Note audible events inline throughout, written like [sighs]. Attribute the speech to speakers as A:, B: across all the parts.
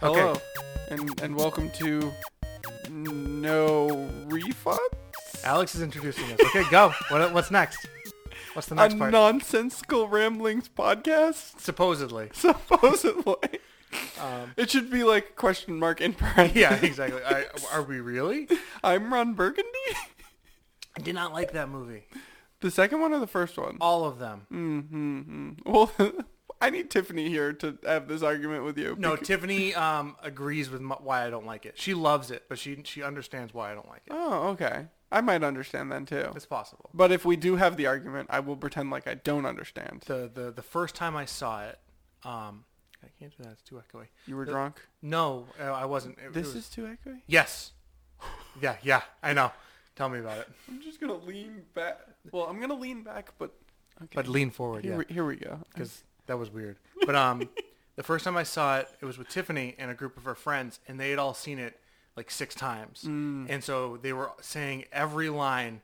A: Okay.
B: Hello, and and welcome to no refunds.
A: Alex is introducing us. Okay, go. What, what's next? What's the
B: a
A: next part?
B: nonsensical ramblings podcast. [laughs]
A: Supposedly.
B: Supposedly,
A: Um,
B: it should be like question mark in parentheses.
A: yeah, exactly. I, are we really?
B: [laughs] I'm Ron Burgundy.
A: I did not like that movie.
B: The second one or the first one?
A: All of them.
B: Mm.
A: Um.
B: Well, [laughs] I need Tiffany here to have this argument with you.
A: No,
B: Bec-
A: Tiffany um, agrees with my, why I don't like it. She loves it, but she she understands why I don't like it.
B: oh, okay. I might understand then too.
A: It's possible.
B: But if we do have the argument, I will pretend like I don't understand.
A: The the the first time I saw it, um, I can't do that. It's too echoey.
B: You were
A: The-
B: drunk.
A: No, uh, I wasn't. It- it
B: This
A: was-
B: is too echoey.
A: yes. Yeah, yeah. I know. Tell me about it.
B: I'm just gonna lean back. Well, I'm gonna lean back, but okay.
A: But lean forward.
B: here,
A: yeah.
B: we, here we go.
A: because that was weird. But um, the first time I saw it, it was with Tiffany and a group of her friends, and they had all seen it like six times,
B: Mm.
A: and so they were saying every line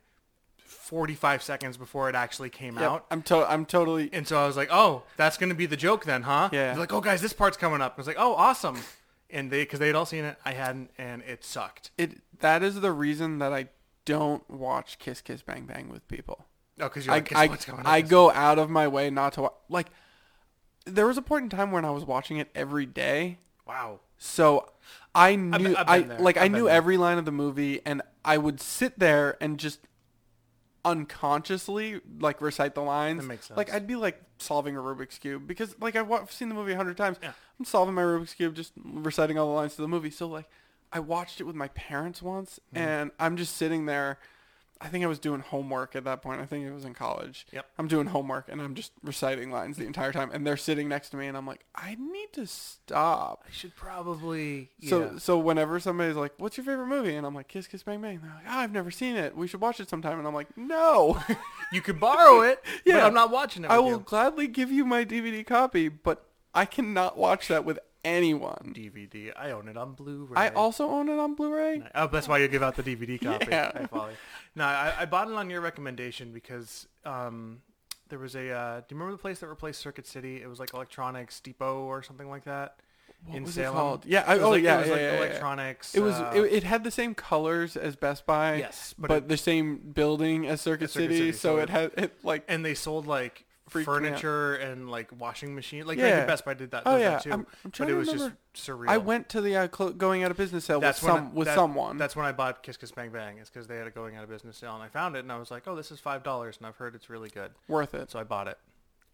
A: forty-five seconds before it actually came
B: Yep,
A: out.
B: I'm to- I'm totally.
A: And so I was like, "Oh, that's gonna be the joke then, huh?"
B: Yeah.
A: They're like, "Oh, guys, this part's coming up." I was like, "Oh, awesome!" And they, because they had all seen it, I hadn't, and it sucked.
B: It that is the reason that I don't watch Kiss Kiss Bang Bang with people.
A: Oh, because you're
B: I
A: like, "Guess
B: I,
A: what's coming up?"
B: I go out of my way not to watch. Like, there was a point in time when I was watching it every day,
A: wow.
B: so I knew
A: I've
B: I
A: been there.
B: like I
A: I've been
B: knew
A: there.
B: every line of the movie, and I would sit there and just unconsciously like recite the lines.
A: That makes
B: Like
A: sense.
B: I'd be like solving a Rubik's cube because like I've wa- seen the movie a hundred times.
A: Yeah.
B: I'm solving my Rubik's cube, just reciting all the lines to the movie. So like I watched it with my parents once,
A: Mm-hmm.
B: and I'm just sitting there. I think I was doing homework at that point. I think it was in college.
A: Yep.
B: I'm doing homework and I'm just reciting lines the entire time, and they're sitting next to me, and I'm like, I need to stop.
A: I should probably.
B: So
A: yeah.
B: so whenever somebody's like, "What's your favorite movie?" and I'm like, "Kiss Kiss Bang Bang," they're like, "Ah, "I've never seen it. We should watch it sometime." And I'm like,
A: [laughs]
B: "No,
A: you could borrow it. yeah,
B: [laughs] Yeah.
A: but I'm not watching it.
B: I
A: with
B: will
A: you.
B: gladly give you my DVD copy, but I cannot watch that with anyone.
A: DVD. I own it on Blu-ray.
B: I also own it on Blu-ray.
A: Oh, that's why you give out the DVD copy.
B: [laughs] Yeah.
A: I follow you. No, I, I bought it on your recommendation because um, there was a. Uh, do you remember the place that replaced Circuit City? It was like Electronics Depot or something like that
B: What
A: in
B: was it
A: Salem.
B: called? Yeah, I-
A: It was
B: oh,
A: like,
B: yeah,
A: It was
B: yeah,
A: like
B: yeah, yeah.
A: Electronics.
B: It was
A: uh,
B: it, it had the same colors as Best Buy.
A: Yes,
B: but,
A: but
B: the same building as Circuit,
A: As Circuit
B: City,
A: City, so
B: so it had it like
A: and they sold like
B: Freaked me out.
A: furniture and like washing machine. Like
B: Yeah.
A: maybe Best Buy did that.
B: Oh,
A: does
B: yeah.
A: That too.
B: I'm- I'm
A: but
B: trying
A: it
B: to
A: was
B: remember.
A: just surreal.
B: I went to the uh, clo- going out of business sale with
A: when
B: some
A: I-
B: with
A: that-
B: someone.
A: That's when I bought Kiss Kiss Bang Bang. It's because they had it going out of business sale, and I found it, and I was like, "Oh, this is five dollars," and I've heard it's really good,
B: worth it.
A: so I bought it,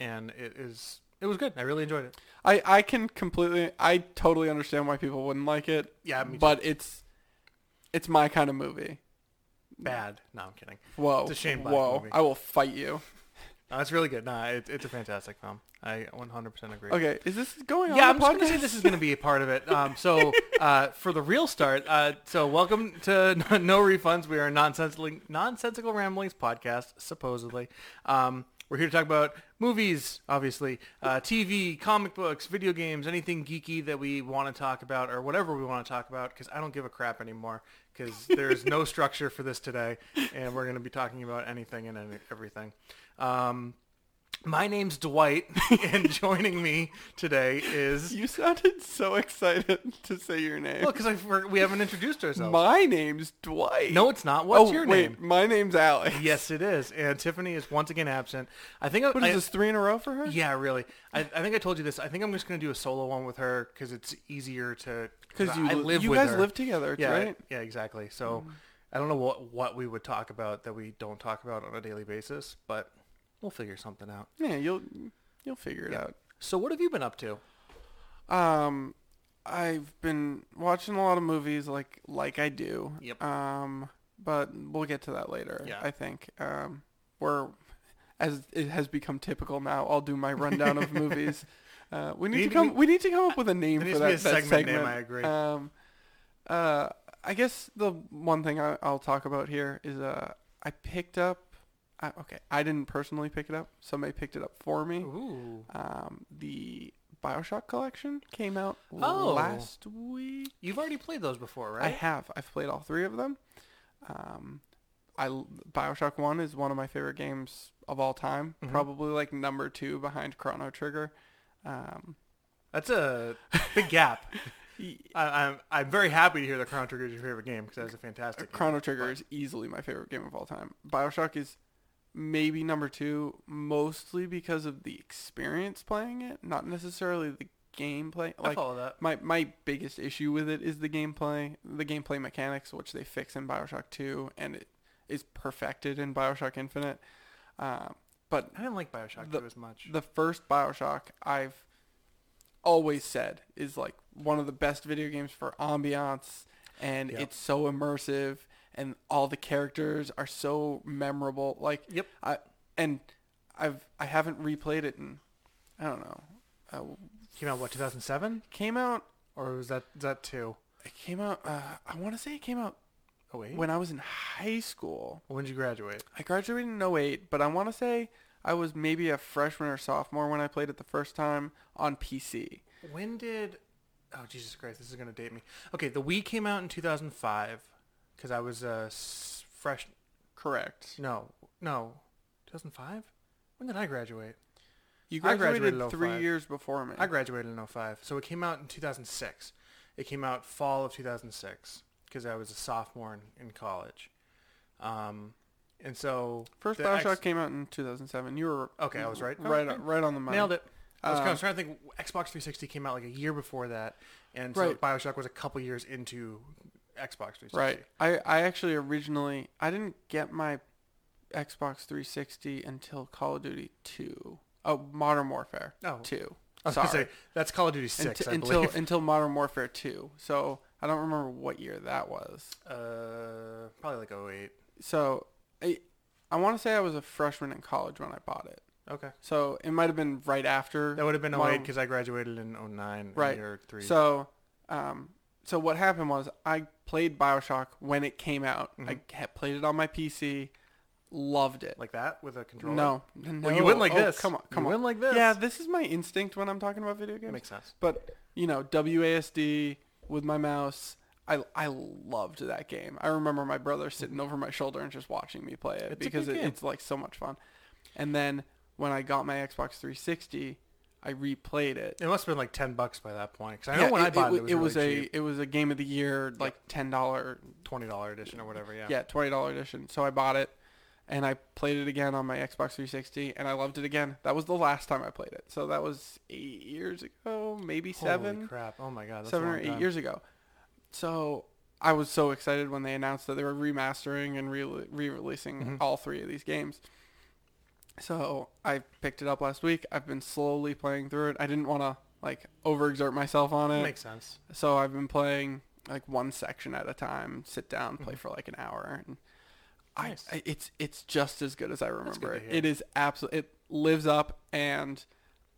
A: and it is it was good. I really enjoyed it.
B: I I can completely I totally understand why people wouldn't like it.
A: Yeah, me too.
B: but it's it's my kind of movie.
A: Bad? No, I'm kidding.
B: Whoa,
A: It's a Shane Black
B: whoa!
A: movie.
B: I will fight you.
A: No, it's really good. No, it, it's a fantastic film. I 100% agree.
B: Okay, is this going on?
A: Yeah,
B: the
A: I'm just gonna
B: podcast?
A: say this is gonna be a part of it. Um,
B: [laughs]
A: so uh, for the real start, uh, so welcome to [laughs] No Refunds. We are a nonsensical nonsensical ramblings podcast, supposedly. Um, we're here to talk about movies, obviously, uh, TV, comic books, video games, anything geeky that we want to talk about, or whatever we want to talk about. Because I don't give a crap anymore.
B: [laughs]
A: Because there's no structure for this today, and we're gonna be talking about anything and any- everything. Um, my name's Dwight, [laughs] and joining me today is
B: [laughs] You sounded so excited [laughs] to say your name.
A: well, because we haven't introduced ourselves.
B: my name's Dwight.
A: no, it's not. What's
B: oh,
A: your
B: wait,
A: name?
B: My name's Alex.
A: Yes, it is. And Tiffany is once again absent. I think. I,
B: [laughs] What is
A: I-
B: this three in a row for her?
A: Yeah, really. I, I think I told you this. I think I'm just going to do a solo one with her because it's easier to.
B: because you
A: I
B: li-
A: live
B: you
A: with
B: guys
A: her.
B: live together,
A: yeah,
B: right? Mm.
A: Yeah, exactly. So I don't know what what we would talk about that we don't talk about on a daily basis, but we'll figure something out.
B: Yeah, you'll you'll figure it out.
A: So what have you been up to?
B: Um, I've been watching a lot of movies, like like I do.
A: Yep.
B: Um, but we'll get to that later.
A: Yeah.
B: I think. Um, we're as it has become typical now. I'll do my
A: [laughs]
B: rundown of movies. Uh, we need,
A: need
B: to
A: to
B: come. We, need to come up with a name
A: There
B: for
A: needs to
B: that,
A: be a
B: that
A: segment name,
B: segment.
A: I agree.
B: Um, uh, I guess the one thing I, I'll talk about here is uh, I picked up. I, okay, I didn't personally pick it up. Somebody picked it up for me.
A: Ooh,
B: Um, the Bioshock collection came out
A: Oh.
B: last week.
A: you've already played those before,
B: I
A: right?
B: have. I've played all three of them. Um, I l- Bioshock One is one of my favorite games of all time.
A: Mhm.
B: Probably like number two behind Chrono Trigger. Um, e,
A: That's a big gap. I, I'm I'm very happy to hear that Chrono Trigger is your favorite game because that is a fantastic. game.
B: Chrono Trigger is easily my favorite game of all time. Bioshock is maybe number two, mostly because of the experience playing it, not necessarily the gameplay.
A: I
B: Like
A: follow that.
B: my my biggest issue with it is the gameplay, the gameplay mechanics, which they fix in Bioshock Two, and it is perfected in Bioshock Infinite. Um, but
A: I didn't like Bioshock
B: the-
A: 2 as much.
B: the first Bioshock I've always said is like one of the best video games for ambiance and
A: Yep.
B: it's so immersive and all the characters are so memorable like
A: Yep.
B: I and I've I haven't replayed it in I don't know uh,
A: Came out what 2007
B: came out
A: or was that is that two?
B: it came out uh, I want to say it came out
A: Oh wait. When,
B: when I was in high school
A: when did you graduate?
B: I graduated in 08 but I want to say I was maybe a freshman or sophomore when I played it the first time on PC
A: When did? Oh Jesus Christ, this is gonna date me. Okay, the Wii came out in 2005 because I was a s- fresh.
B: correct
A: No, no, 2005. When did I graduate?
B: You
A: I
B: graduated,
A: graduated in
B: three
A: 05.
B: years before me.
A: I graduated in 05, so it came out in 2006. It came out fall of 2006 because I was a sophomore in, in college. Um, and so
B: First
A: the
B: Bioshock
A: X-
B: came out in 2007. You were
A: Okay, I was right.
B: right,
A: Okay.
B: right on the money.
A: nailed it. I was, I
B: Um,
A: was trying to think. Xbox 360 came out like a year before that, and so
B: Right.
A: Bioshock was a couple years into Xbox 360.
B: Right. I, I actually originally I didn't get my Xbox 360 until Call of Duty 2. Oh, Modern Warfare
A: Oh,
B: 2.
A: I was
B: Sorry.
A: gonna say that's Call of Duty 6,
B: Unti-
A: I
B: until [laughs]
A: believe. [laughs]
B: until Modern Warfare 2. So I don't remember what year that was.
A: uh, probably like 08.
B: So I I want to say I was a freshman in college when I bought it.
A: Okay,
B: So it might have been right after
A: that would have been 08
B: Modern-
A: because I graduated in 09.
B: Right.
A: Or three.
B: So, um, so what happened was I played Bioshock when it came out. I
A: Mhm.
B: kept, played it on my PC, loved it.
A: like that with a controller.
B: No, no.
A: Well, you went like
B: Oh,
A: this.
B: Come on, come
A: you went
B: on.
A: like this.
B: Yeah, this is my instinct when I'm talking about video games.
A: makes sense.
B: But you know, WASD with my mouse. I, I loved that game. I remember my brother sitting over my shoulder and just watching me play it
A: It's a
B: because
A: good
B: it,
A: game.
B: it's like so much fun. And then when I got my Xbox 360, I replayed it
A: It must have been like 10 bucks by that point because I know
B: yeah,
A: when I bought it, it
B: wa-
A: was, really
B: a
A: cheap.
B: it was a game of the year like ten dollar
A: twenty dollar edition or whatever. Yeah.
B: yeah. twenty dollar edition. So I bought it, and I played it again on my Xbox 360, and I loved it again. That was the last time I played it. So that was eight years ago, maybe
A: Holy
B: seven,
A: crap! Oh my god. That's a
B: seven or
A: long
B: eight
A: time.
B: years ago. So I was so excited when they announced that they were remastering and re re-releasing
A: Mhm.
B: all three of these games. So I picked it up last week. I've been slowly playing through it. I didn't want to like overexert myself on it.
A: Makes sense.
B: So I've been playing like one section at a time, sit down, play for like an hour, and I,
A: Mm-hmm. Nice.
B: I it's it's just as good as I remember
A: good
B: it.
A: to hear.
B: It is absolutely it lives up, and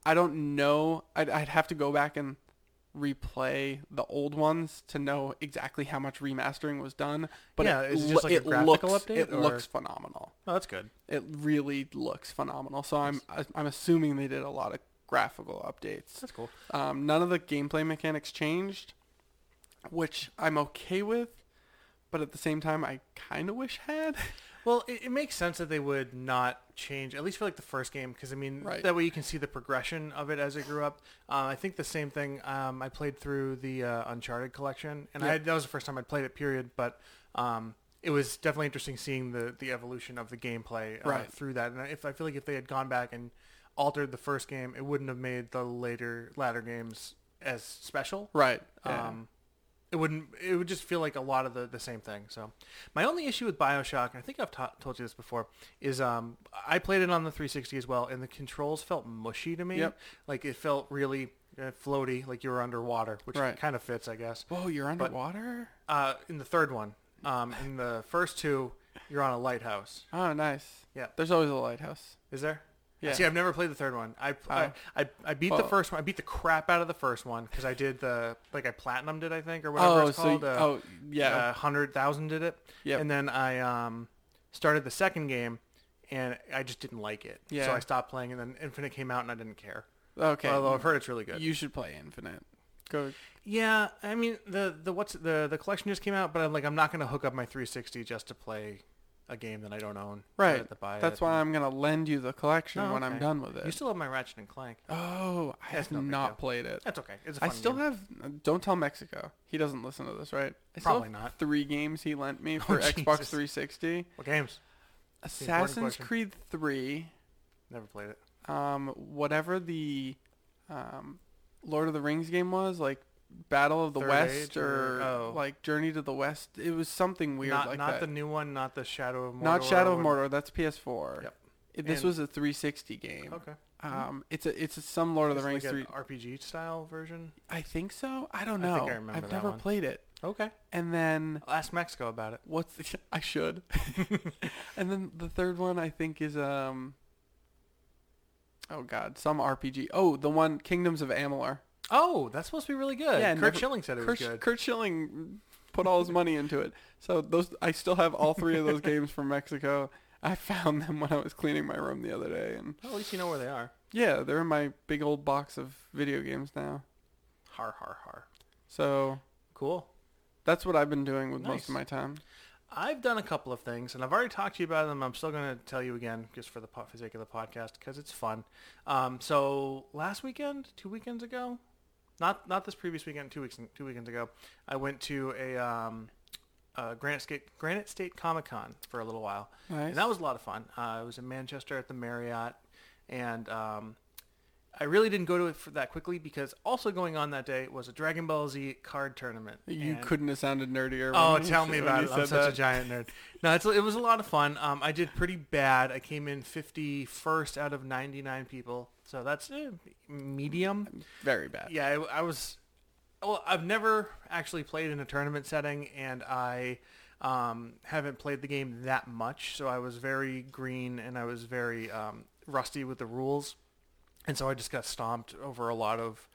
B: I don't know. I'd, I'd have to go back and replay the old ones to know exactly how much remastering was done. But
A: Yeah,
B: it,
A: is it
B: lo-
A: just, like, a
B: it
A: graphical
B: looks,
A: update,
B: It
A: or-
B: looks phenomenal.
A: Oh, that's good.
B: It really looks phenomenal. So I'm I'm assuming they did a lot of graphical updates.
A: That's cool.
B: Um, none of the gameplay mechanics changed, which I'm okay with, but at the same time, I kind of wish had. [laughs]
A: Well, it, it makes sense that they would not change, at least for like the first game, because I mean,
B: Right.
A: that way you can see the progression of it as it grew up. Uh, I think the same thing. Um, I played through the uh, Uncharted collection, and I,
B: Yeah.
A: that was the first time I'd played it. Period. But um, it was definitely interesting seeing the the evolution of the gameplay uh,
B: Right.
A: through that. And if I feel like if they had gone back and altered the first game, it wouldn't have made the later latter games as special.
B: Right.
A: Um, it wouldn't. It would just feel like a lot of the, the same thing. So, my only issue with Bioshock, and I think I've ta- told you this before, is um, I played it on the 360 as well, and the controls felt mushy to me.
B: Yep.
A: Like it felt really uh, floaty, like you were underwater, which
B: Right.
A: kind of fits, I guess.
B: Whoa, you're
A: but-
B: underwater?
A: Uh, in the third one, um, in the first two, you're on a lighthouse.
B: Oh, nice.
A: Yeah.
B: There's always a lighthouse.
A: Is there?
B: Yeah.
A: See, I've never played the third one. I I,
B: Oh.
A: I, I beat the
B: Well-
A: first one. I beat the crap out of the first one because I did the like I platinumed it, I think, or whatever it's called.
B: so
A: uh,
B: oh yeah.
A: uh, hundred thousand did it.
B: Yep.
A: And then I um, started the second game, and I just didn't like it.
B: Yeah.
A: So I stopped playing, and then Infinite came out, and I didn't care.
B: okay.
A: Although I've heard it's really good.
B: you should play Infinite. Go.
A: yeah, I mean the the what's the the collection just came out, but I'm like I'm not gonna hook up my 360 just to play a game that I don't own. I
B: Right.
A: have to buy
B: That's
A: it.
B: why I'm gonna lend you the collection
A: No,
B: when I'm
A: okay.
B: done with it.
A: You still have my Ratchet and Clank.
B: oh, I
A: That's
B: have
A: no big
B: not
A: deal.
B: played it.
A: That's okay. It's a
B: I
A: fun
B: still
A: game.
B: have. Don't tell Mexico. He doesn't listen to this, right? I still
A: Probably
B: have
A: not. Oh,
B: Three games he lent
A: [laughs]
B: me for Xbox
A: Jesus.
B: 360.
A: What games?
B: Assassin's
A: question.
B: Creed 3.
A: Never played it.
B: um, whatever the um, Lord of the Rings game was, like Battle of the
A: Third
B: West
A: Age or-
B: or
A: oh.
B: like Journey to the West. It was something weird
A: not
B: like
A: not the
B: that.
A: new one. Not the Shadow of Mordor.
B: not Shadow of
A: or-
B: Mordor. That's PS4.
A: Yep.
B: It- this
A: And-
B: was a 360 game.
A: Okay.
B: Um, it's a it's a, some Lord of the
A: It's
B: Rings
A: like
B: three.
A: an RPG style version.
B: I think so. I don't know.
A: I think I remember
B: have
A: that
B: never
A: one.
B: played it.
A: Okay.
B: And then
A: I'll ask Mexico about it.
B: what's the, [laughs]
A: [laughs]
B: I should. and then the third one I think is um. Oh God, some RPG. Oh, the one Kingdoms of Amalur.
A: Oh, that's supposed to be really good.
B: Yeah,
A: Kurt
B: never-
A: Schilling said it
B: Kurt,
A: was good.
B: Kurt Schilling put all his money into it. So those I still have all three of
A: [laughs]
B: those games from Mexico. I found them when I was cleaning my room the other day and
A: Well, at least you know where they are.
B: yeah, they're in my big old box of video games now.
A: Har har har.
B: So
A: Cool.
B: that's what I've been doing with
A: Nice.
B: most of my time.
A: I've done a couple of things, and I've already talked to you about them. I'm still going to tell you again, just for the po- for the sake of the podcast, because it's fun. Um, so last weekend, two weekends ago, not not this previous weekend, two weeks two weekends ago, I went to a, um, uh Granite State Granite State Comic Con for a little while,
B: Nice.
A: and that was a lot of fun. Uh, I was in Manchester at the Marriott, and um, I really didn't go to it for that quickly because also going on that day was a Dragon Ball Z card tournament.
B: you
A: and-
B: couldn't have sounded nerdier.
A: Oh,
B: when you
A: tell
B: said-
A: me
B: when
A: about
B: you
A: it. I'm
B: said
A: such a
B: that.
A: giant nerd. No, it's, it was a lot of fun. Um, I did pretty bad. I came in 51st out of 99 people. So that's eh, medium.
B: Very bad.
A: Yeah, I, I was... Well, I've never actually played in a tournament setting, and I um, haven't played the game that much. So I was very green, and I was very um, rusty with the rules. And so I just got stomped over a lot of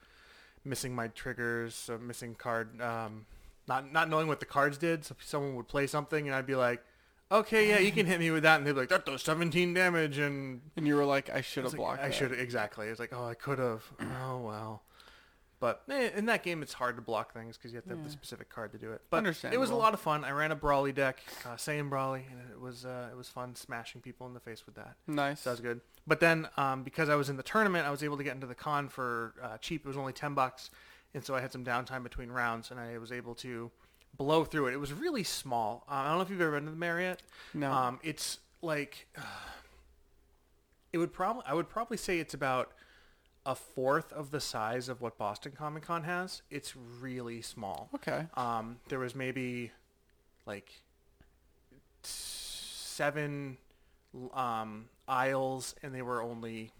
A: missing my triggers, so missing card, um, not not knowing what the cards did. So someone would play something, and I'd be like, "Okay, yeah, you can hit me with that," and they'd be like, "That does 17 damage," and
B: And you were like, I should have
A: it's like,
B: blocked.
A: I
B: that.
A: should exactly. It's like, oh, I could have.
B: [clears throat]
A: Oh well. But eh, in that game, it's hard to block things because you have to have the
B: Yeah.
A: specific card to do it. But it was a
B: Understandable.
A: lot of fun. I ran a brawly deck, uh, same brawly, and it was uh, it was fun smashing people in the face with that.
B: Nice.
A: So that was good. But then um, because I was in the tournament, I was able to get into the con for uh, cheap. It was only ten bucks, and so I had some downtime between rounds, and I was able to blow through it. It was really small. Uh, I don't know if you've ever been to the Marriott.
B: No.
A: Um, it's like [sighs] it would probably I would probably say it's about a fourth of the size of what Boston Comic Con has. It's really small.
B: okay.
A: Um, there was maybe like seven um, aisles, and they were only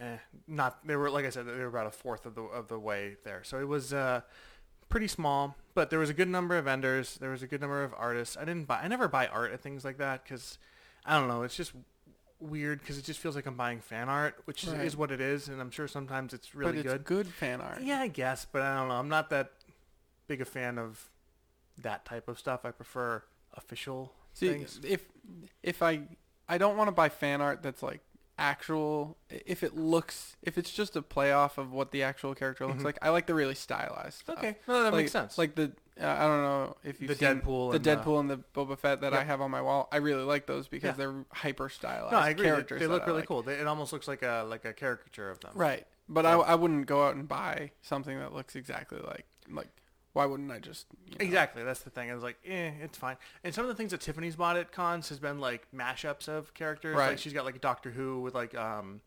A: eh, not. They were like I said, they were about a fourth of the of the way there. So it was uh, pretty small, but there was a good number of vendors. There was a good number of artists. I didn't buy. I never buy art at things like that because I don't know. It's just weird because it just feels like I'm buying fan art, which is,
B: Right.
A: is what it is, and I'm sure sometimes it's really
B: but it's
A: good.
B: good. fan art.
A: Yeah, I guess, but I don't know. I'm not that big a fan of that type of stuff. I prefer official
B: See,
A: things.
B: if if I I don't want to buy fan art that's like actual. If it looks, if it's just a playoff of what the actual character looks
A: Mhm.
B: like, I like the really stylized. Stuff.
A: Okay, no, that
B: like,
A: makes sense.
B: Like the uh, I don't know if you
A: the Deadpool,
B: the
A: and the-
B: Deadpool and the Boba Fett that I
A: Yep.
B: have on my wall. I really like those because
A: Yeah.
B: they're hyper stylized.
A: no, I agree. They,
B: Characters
A: they
B: that
A: look
B: I
A: really
B: like.
A: cool. They, it almost looks like a like a caricature of them.
B: Right, but I,
A: Yeah.
B: I wouldn't go out and buy something that looks exactly like like. Why wouldn't I just you know?
A: Exactly. That's the thing. I was like, eh, it's fine. And some of the things that Tiffany's bought at cons has been like mashups of characters. Like
B: Right.
A: she's got like Doctor Who with like um,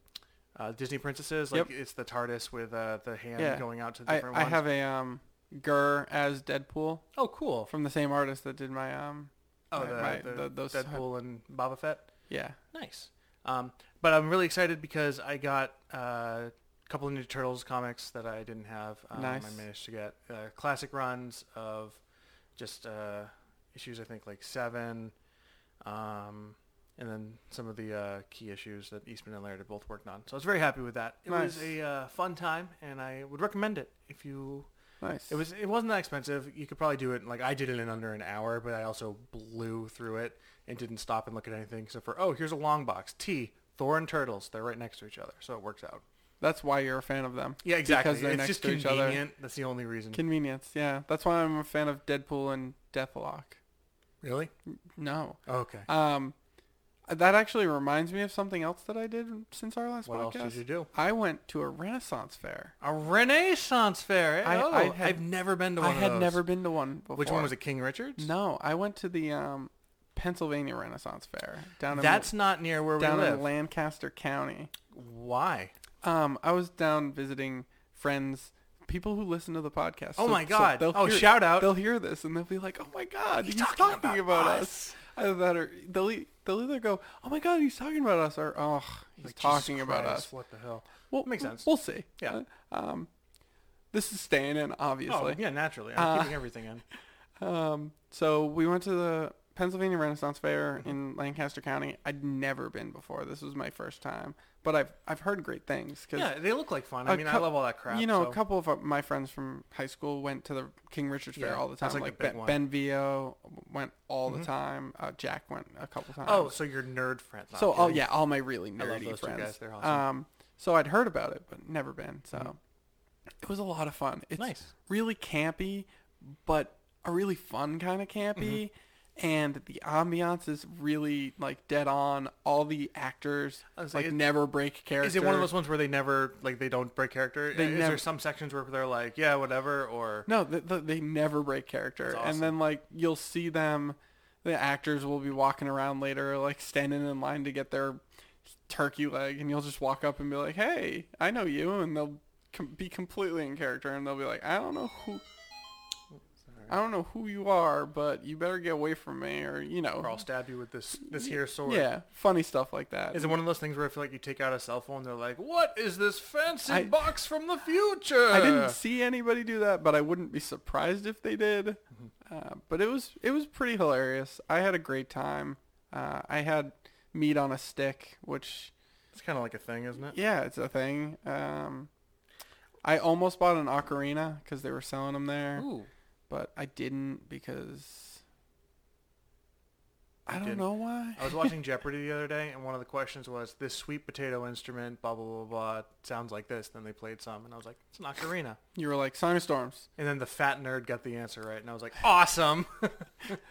A: uh, Disney princesses. Like it's the TARDIS with uh, the hand
B: Yeah.
A: going out to
B: I,
A: different
B: I
A: ones.
B: have a um Gurr as Deadpool
A: oh, cool.
B: from the same artist that did my um
A: Oh,
B: my-
A: the,
B: my-
A: the,
B: the- those-
A: Deadpool and Boba Fett.
B: yeah
A: Nice. Um, but I'm really excited because I got uh, a couple of Ninja Turtles comics that I didn't have. Um,
B: Nice.
A: I managed to get uh, classic runs of just uh, issues, I think, like seven. Um, and then some of the uh, key issues that Eastman and Laird had both worked on. So I was very happy with that. It was
B: Nice.
A: a uh, fun time, and I would recommend it if you
B: nice
A: it was it wasn't that expensive. You could probably do it. Like I did it in under an hour, but I also blew through it and didn't stop and look at anything except for oh, here's a long box. T Thor and Turtles. They're right next to each other, so it works out.
B: that's why you're a fan of them
A: Yeah, exactly.
B: because they're
A: it's
B: next
A: just
B: to each
A: convenient.
B: other
A: That's the only reason.
B: convenience yeah that's why I'm a fan of Deadpool and Deathlock
A: Really?
B: No.
A: Okay.
B: Um, that actually reminds me of something else that I did since our last
A: What else
B: podcast.
A: did you do?
B: I went to a Renaissance fair.
A: A Renaissance fair.
B: I-
A: I, oh,
B: I
A: I
B: had-
A: have never been to
B: I
A: one of
B: had
A: those.
B: never been to one before.
A: Which one was it? King Richard's?
B: No, I went to the um, Pennsylvania Renaissance Fair down in
A: That's not near where
B: down
A: we
B: in
A: live.
B: Lancaster County.
A: Why?
B: Um, I was down visiting friends, people who listen to the podcast.
A: Oh
B: So-
A: my
B: so
A: God.
B: they'll
A: Oh,
B: hear-
A: shout out.
B: They'll hear this and they'll be like, "Oh my God, he's,
A: talking
B: talking,
A: about
B: about, us."
A: us.
B: Either that or they'll e- they'll either go, "Oh my God, he's talking about us," or "Oh, he's
A: Like, Jesus
B: talking about
A: Christ,
B: us."
A: What the hell?
B: Well,
A: makes sense.
B: We'll see.
A: Yeah.
B: Uh, Um, this is staying in,
A: Oh,
B: obviously.
A: yeah, naturally. I'm
B: Uh,
A: keeping everything in. Oh,
B: Um, so we went to the Pennsylvania Renaissance Fair
A: Mm-hmm.
B: in Lancaster County. I'd never been before. This was my first time, but I've I've heard great things. 'cause
A: Yeah, they look like fun.
B: a
A: I mean, I
B: cou-
A: love all that crap.
B: You know,
A: so-
B: a couple of uh, my friends from high school went to the King Richard's Fair
A: Yeah,
B: all the time.
A: that's
B: Like,
A: like the big
B: ben,
A: one. Mm-hmm.
B: ben Vio went all the time. Uh, Jack went a couple times.
A: Oh, so your nerd friends. I'm
B: so oh
A: kidding.
B: yeah, all my really
A: I love
B: nerdy
A: those two
B: friends.
A: guys. They're awesome.
B: Um, so I'd heard about it, but never been. So
A: Mhm.
B: it was a lot of fun. It's
A: Nice.
B: really campy, but a really fun kind of campy.
A: Mm-hmm.
B: And the ambiance is really like dead on. All the actors
A: I was
B: like
A: like, it-
B: never break character.
A: Is it one of those ones where they never like they don't break character?
B: They
A: is
B: never-
A: there some sections where they're like, yeah, whatever, or
B: No, th th they never break character.
A: That's
B: And
A: awesome.
B: then like you'll see them, the actors will be walking around later, like standing in line to get their turkey leg, and you'll just walk up and be like, "Hey, I know you," and they'll com- be completely in character, and they'll be like, "I don't know who." I don't know who you are, but you better get away from me, or you know,
A: or I'll stab you with this this here sword.
B: yeah, funny stuff like that.
A: Is it one of those things where I feel like you take out a cell phone, they're like, "What is this fancy
B: I-
A: box from the future?"
B: I didn't see anybody do that, but I wouldn't be surprised if they did. Uh, but it was it was pretty hilarious. I had a great time. Uh, I had meat on a stick, which
A: It's kind of like a thing, isn't it?
B: yeah, it's a thing. Um, I almost bought an ocarina because they were selling them there,
A: Ooh,
B: but I didn't because I don't
A: didn't.
B: know why.
A: I was watching Jeopardy the other day, and one of the questions was, "This sweet potato instrument, blah blah blah blah, sounds like this." Then they played some, and I was like, "It's an ocarina."
B: You were like Sinostorms,
A: And then the fat nerd got the answer right, and I was like, "Awesome!"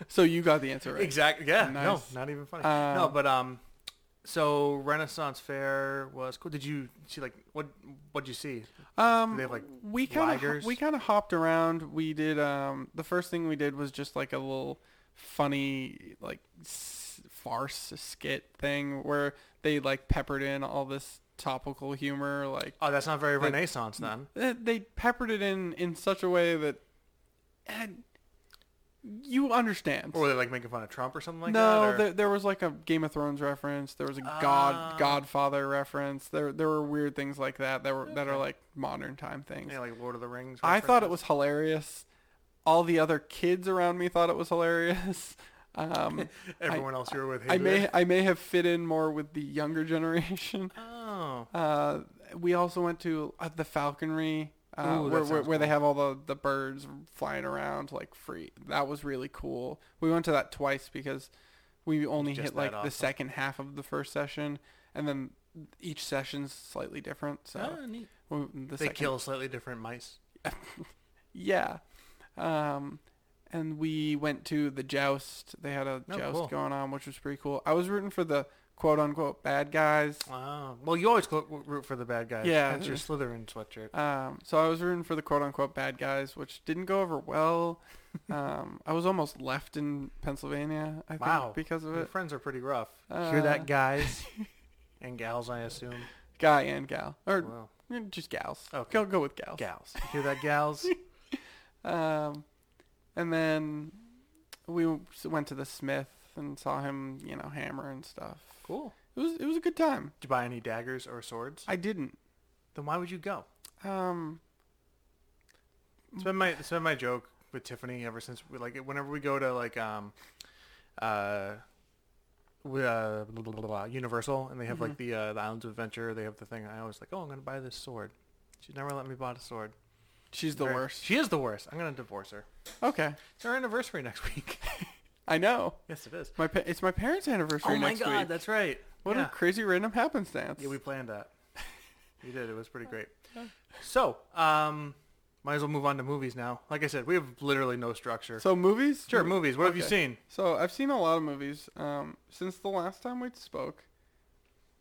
B: so you got the answer [laughs] right.
A: Exactly. Yeah.
B: Nice.
A: No, not even funny.
B: Um,
A: no, but um, so Renaissance Fair was cool. Did you see like what? What did you see?
B: Um,
A: they have, like,
B: we kind of
A: ligers?
B: we kind of hopped around. We did um the first thing we did was just like a little funny like s- farce skit thing where they like peppered in all this topical humor like
A: Oh, that's not very
B: The-
A: Renaissance then.
B: eh, they peppered it in in such a way that and you understand.
A: Or were they like making fun of Trump or something like that?
B: no,
A: or-
B: there, there was like a Game of Thrones reference. There was a God
A: Ah.
B: Godfather reference. There there were weird things like that that were that are
A: Okay.
B: like modern time things.
A: Yeah, like Lord of the Rings.
B: I thought it
A: references.
B: was hilarious. All the other kids around me thought it was hilarious. [laughs]
A: [laughs]
B: Um,
A: everyone else you were with.
B: I
A: hated
B: may
A: it.
B: I may have fit in more with the younger [laughs] generation.
A: Oh,
B: Uh, we also went to uh, the falconry, uh,
A: Ooh, that
B: where, where,
A: sounds
B: where they
A: cool.
B: have all the, the birds flying around like free. That was really cool. We went to that twice because we only
A: Just
B: hit
A: that
B: like the
A: awesome.
B: second half of the first session, and then each session's slightly different. So
A: Ah, neat.
B: we- the
A: they
B: second-
A: kill slightly different mice.
B: Yeah. Um, and we went to the joust. They had a
A: Oh,
B: joust
A: cool.
B: going on, which was pretty cool. I was rooting for the quote unquote bad guys.
A: Wow. Well, you always cl- root for the bad guys.
B: Yeah.
A: that's your Slytherin sweatshirt.
B: Um, so I was rooting for the quote unquote bad guys, which didn't go
A: [laughs]
B: over well. um, I was almost left in Pennsylvania, I think,
A: Wow.
B: because of
A: Your
B: it.
A: friends are pretty rough.
B: Uh, [laughs]
A: Hear that, guys and gals? I assume.
B: Guy and gal, or
A: Wow.
B: eh, just gals.
A: Okay.
B: Go go with gals.
A: Gals. Oh. Hear that,
B: [laughs]
A: gals?
B: Um, and then we went to the Smith and saw him, you know, hammer and stuff.
A: cool.
B: It was it was a good time.
A: Did you buy any daggers or swords?
B: I didn't.
A: then why would you go?
B: Um,
A: It's been my it's been my joke with Tiffany ever since we like whenever we go to like um uh we, uh, blah, blah, blah, blah, Universal, and they have like
B: Mm-hmm.
A: the uh, the Islands of Adventure. They have the thing. I always like, oh, I'm gonna buy this sword. She's never let me buy a sword.
B: she's the
A: Very-
B: worst.
A: She is the worst. I'm gonna divorce her.
B: Okay,
A: It's our anniversary next [laughs] week.
B: I know.
A: yes, it is.
B: My pa- it's my parents' anniversary next week.
A: that's right.
B: What
A: Oh yeah.
B: a crazy random happenstance.
A: [laughs] yeah, we planned that. we did. It was pretty great. So, um, Might as well move on to movies now. Like I said, we have literally no structure.
B: So movies?
A: sure, movies. What have you
B: okay.
A: seen?
B: So I've seen a lot of movies um, since the last time we spoke.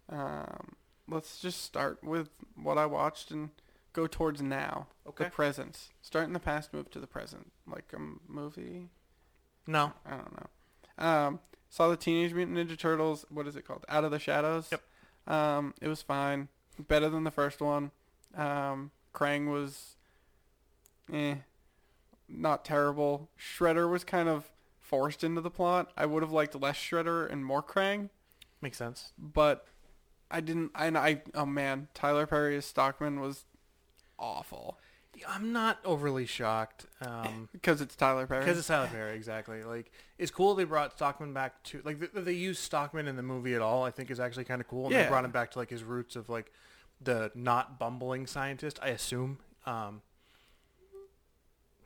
B: Um, let's just start with what I watched and go towards now,
A: Okay.
B: the present. Start in the past, move to the present, like a m- movie.
A: No.
B: I don't know. Um, saw the Teenage Mutant Ninja Turtles. What is it called? Out of the Shadows. Yep. Um, it was fine. Better than the first one. Um, Krang was, eh, not terrible. Shredder was kind of forced into the plot. I would have liked less Shredder and more Krang,
A: Makes sense.
B: but I didn't. And I, oh man, Tyler Perry as Stockman was awful
A: I'm not overly shocked. [laughs] Um,
B: because it's Tyler Perry.
A: Because it's Tyler Perry, exactly. Like, it's cool they brought Stockman back to like th- they used Stockman in the movie at all. I think is actually kind of cool. And they
B: Yeah.
A: brought him back to like his roots of like the not bumbling scientist. I assume. Um,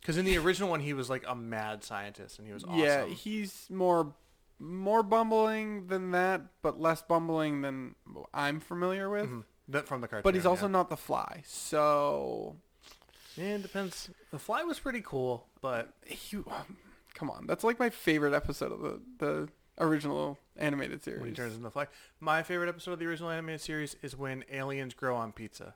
A: because in the original one, he was like a mad scientist, and he was awesome.
B: Yeah, he's more more bumbling than that, but less bumbling than I'm familiar with.
A: Mhm. That- from the cartoon.
B: But he's also
A: yeah.
B: not the fly, so
A: Yeah, it depends. The Fly was pretty cool, but
B: he. Come on, that's like my favorite episode of the the original animated series.
A: when he turns into the Fly, my favorite episode of the original animated series is when aliens grow on pizza.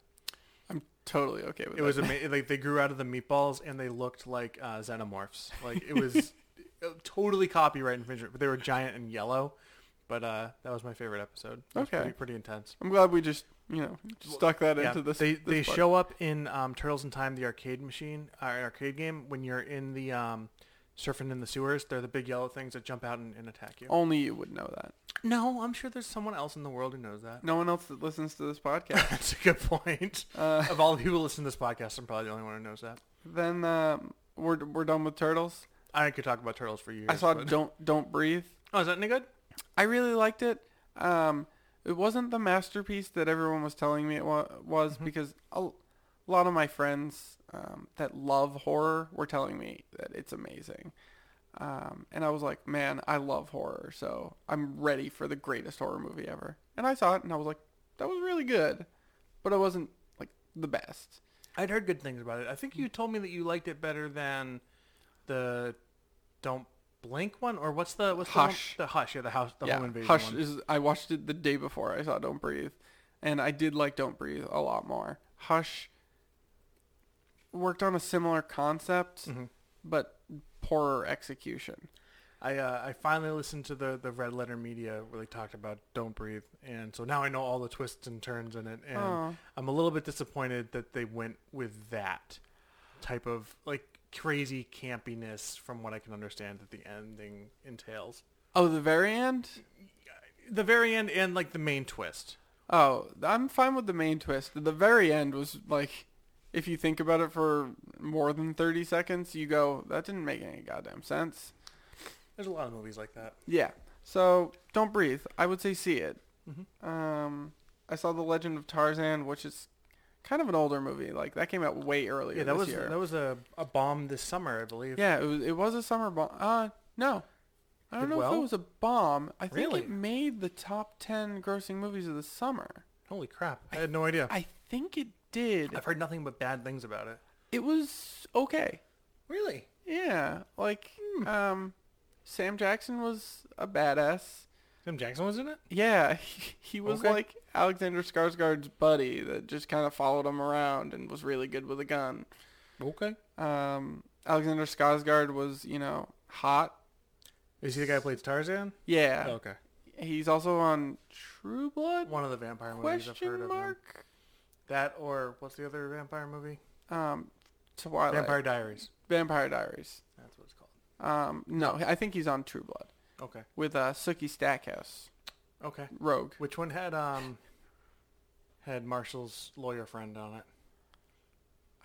B: I'm totally okay with
A: It was amazing. like they grew out of the meatballs and they looked like uh, xenomorphs. Like it was [laughs] totally copyright infringement, but they were giant and yellow. But uh, that was my favorite episode. It was
B: Okay.
A: pretty, pretty intense.
B: I'm glad we just you know stuck that
A: Yeah,
B: into this.
A: they
B: this
A: they
B: part.
A: show up in um, Turtles in Time, the arcade machine, uh, arcade game. When you're in the um, surfing in the sewers, they're the big yellow things that jump out and, and attack you.
B: Only you would know that.
A: No, I'm sure there's someone else in the world who knows that. [laughs]
B: No one else that listens to this podcast.
A: That's a good point.
B: Uh,
A: of all the people who listen to this podcast, I'm probably the only one who knows that.
B: then um, we're we're done with turtles.
A: I could talk about turtles for years.
B: I saw
A: but-
B: don't don't breathe.
A: Oh, is that any good?
B: I really liked it. Um, it wasn't the masterpiece that everyone was telling me it wa- was because a lot of my friends um, that love horror were telling me that it's amazing. Um, and I was like, man, I love horror, so I'm ready for the greatest horror movie ever. And I saw it, and I was like, that was really good, but it wasn't like the best.
A: I'd heard good things about it. I
B: Hmm.
A: think you told me that you liked it better than the Don't Blink one, or what's the what's
B: Hush.
A: the, one, the Hush? Yeah, the house, the home
B: yeah,
A: invasion
B: Hush
A: one.
B: is. I watched it the day before I saw Don't Breathe, and I did like Don't Breathe a lot more. Hush worked on a similar concept,
A: Mhm.
B: but poorer execution.
A: I uh, I finally listened to the the Red Letter Media where they talked about Don't Breathe, and so now I know all the twists and turns in it, and
B: Aw.
A: I'm a little bit disappointed that they went with that type of like crazy campiness from what I can understand that the ending entails.
B: Oh, the very end.
A: The very end and like the main twist.
B: Oh, I'm fine with the main twist. The very end was like, if you think about it for more than thirty seconds, you go, that didn't make any goddamn sense.
A: There's a lot of movies like that.
B: Yeah. So don't breathe. I would say see it.
A: Mhm.
B: Um, I saw The Legend of Tarzan, which is kind of an older movie. Like that came out way earlier.
A: Yeah, that
B: this
A: was
B: year.
A: that was a, a bomb this summer, I believe.
B: yeah. It was it was a summer bomb. Uh, no, I don't
A: Did
B: know if
A: well?
B: it was a bomb. I think
A: Really?
B: it made the top ten grossing movies of the summer.
A: Holy crap! I had no idea.
B: I think it did.
A: I've heard nothing but bad things about it.
B: It was okay.
A: Really?
B: Yeah, like
A: Hmm.
B: um, Sam Jackson was a badass.
A: Tim Jackson was in it.
B: Yeah, [laughs] he, he was
A: Okay.
B: like Alexander Skarsgård's buddy that just kind of followed him around and was really good with a gun.
A: Okay.
B: Um, Alexander Skarsgård was, you know, hot.
A: Is he the guy who plays Tarzan?
B: Yeah,
A: Oh, okay.
B: he's also on True Blood?
A: One of the vampire movies I've heard
B: Question
A: of. him.
B: mark.
A: That or what's the other vampire movie?
B: Um, Twilight. Vampire,
A: Vampire Diaries.
B: Diaries.
A: That's what it's called.
B: Um, no, I think he's on True Blood
A: Okay.
B: with uh, Sookie Stackhouse,
A: Okay.
B: Rogue.
A: Which one had um had Marshall's lawyer friend on it?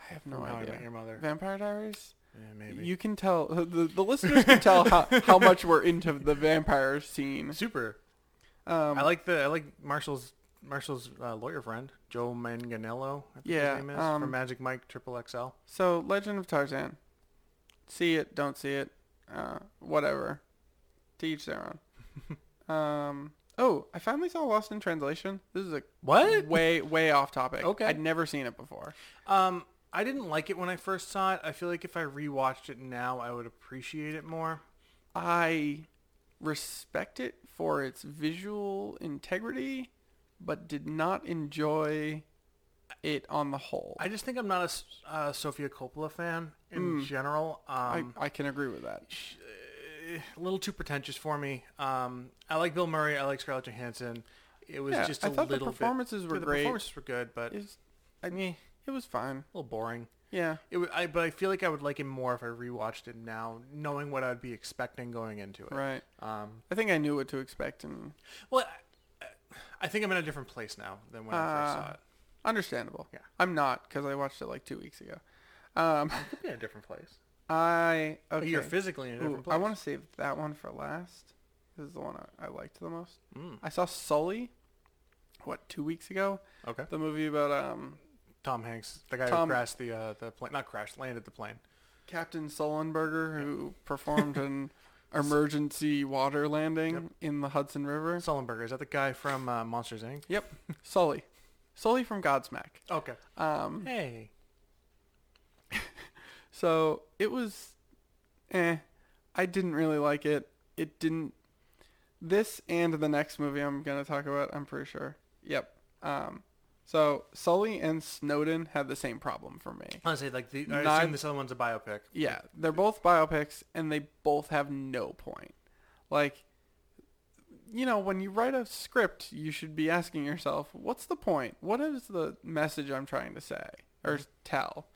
B: I have no
A: How I Met
B: idea.
A: Your Mother.
B: Vampire Diaries.
A: Yeah, maybe.
B: You can tell [laughs] the, the listeners can tell how, how much we're into the vampire scene.
A: Super.
B: Um,
A: I like the I like Marshall's Marshall's uh, lawyer friend Joe Manganiello. I think
B: Yeah,
A: His name is
B: um,
A: from Magic Mike Triple XL.
B: so Legend of Tarzan. See it, don't see it, uh, whatever. To each their
A: [laughs]
B: own. um, oh, I finally saw Lost in Translation. This is a
A: What?
B: way way off topic.
A: Okay.
B: I'd never seen it before.
A: Um, I didn't like it when I first saw it. I feel like if I rewatched it now, I would appreciate it more.
B: I respect it for its visual integrity, but did not enjoy it on the whole.
A: I just think I'm not a S- uh, Sofia Coppola fan
B: Hmm.
A: in general.
B: I,
A: Um,
B: I can agree with that.
A: a little too pretentious for me. Um, I like Bill Murray. I like Scarlett Johansson. It was
B: Yeah,
A: just a
B: I thought the
A: little
B: performances
A: bit.
B: were
A: the
B: great.
A: performances were good, but a
B: It's, I mean, it was fine.
A: little boring.
B: Yeah.
A: It wa- I, but I feel like I would like it more if I rewatched it now, knowing what I'd be expecting going into it.
B: Right.
A: Um,
B: I think I knew what to expect and
A: well, I, I think I'm in a different place now than when I first saw
B: Uh,
A: it.
B: understandable.
A: Yeah.
B: I'm not because I watched it like two weeks ago. Um,
A: Could be in a different place.
B: I okay.
A: You're physically in a
B: Ooh,
A: different place.
B: I want to save that one for last. This is the one I, I liked the most.
A: Mm.
B: I saw Sully, what two weeks ago?
A: Okay.
B: The movie about um
A: Tom Hanks, the guy
B: Tom-
A: who crashed the uh, the plane, not crashed, landed the plane.
B: Captain Sullenberger who
A: [laughs]
B: performed an emergency water landing in the Hudson River.
A: Sullenberger is that the guy from uh, Monsters Inc?
B: Yep, Sully, Sully from Godsmack.
A: Okay.
B: Um,
A: Hey.
B: So it was, eh. I didn't really like it. It didn't. This and the next movie I'm gonna talk about, I'm pretty sure. Yep. Um. So Sully and Snowden had the same problem for me.
A: Honestly, like the, I
B: Nine-
A: assume this other one's a biopic.
B: Yeah, they're both biopics, and they both have no point. Like, you know, when you write a script, you should be asking yourself, what's the point? What is the message I'm trying to say
A: Mm-hmm.
B: or tell?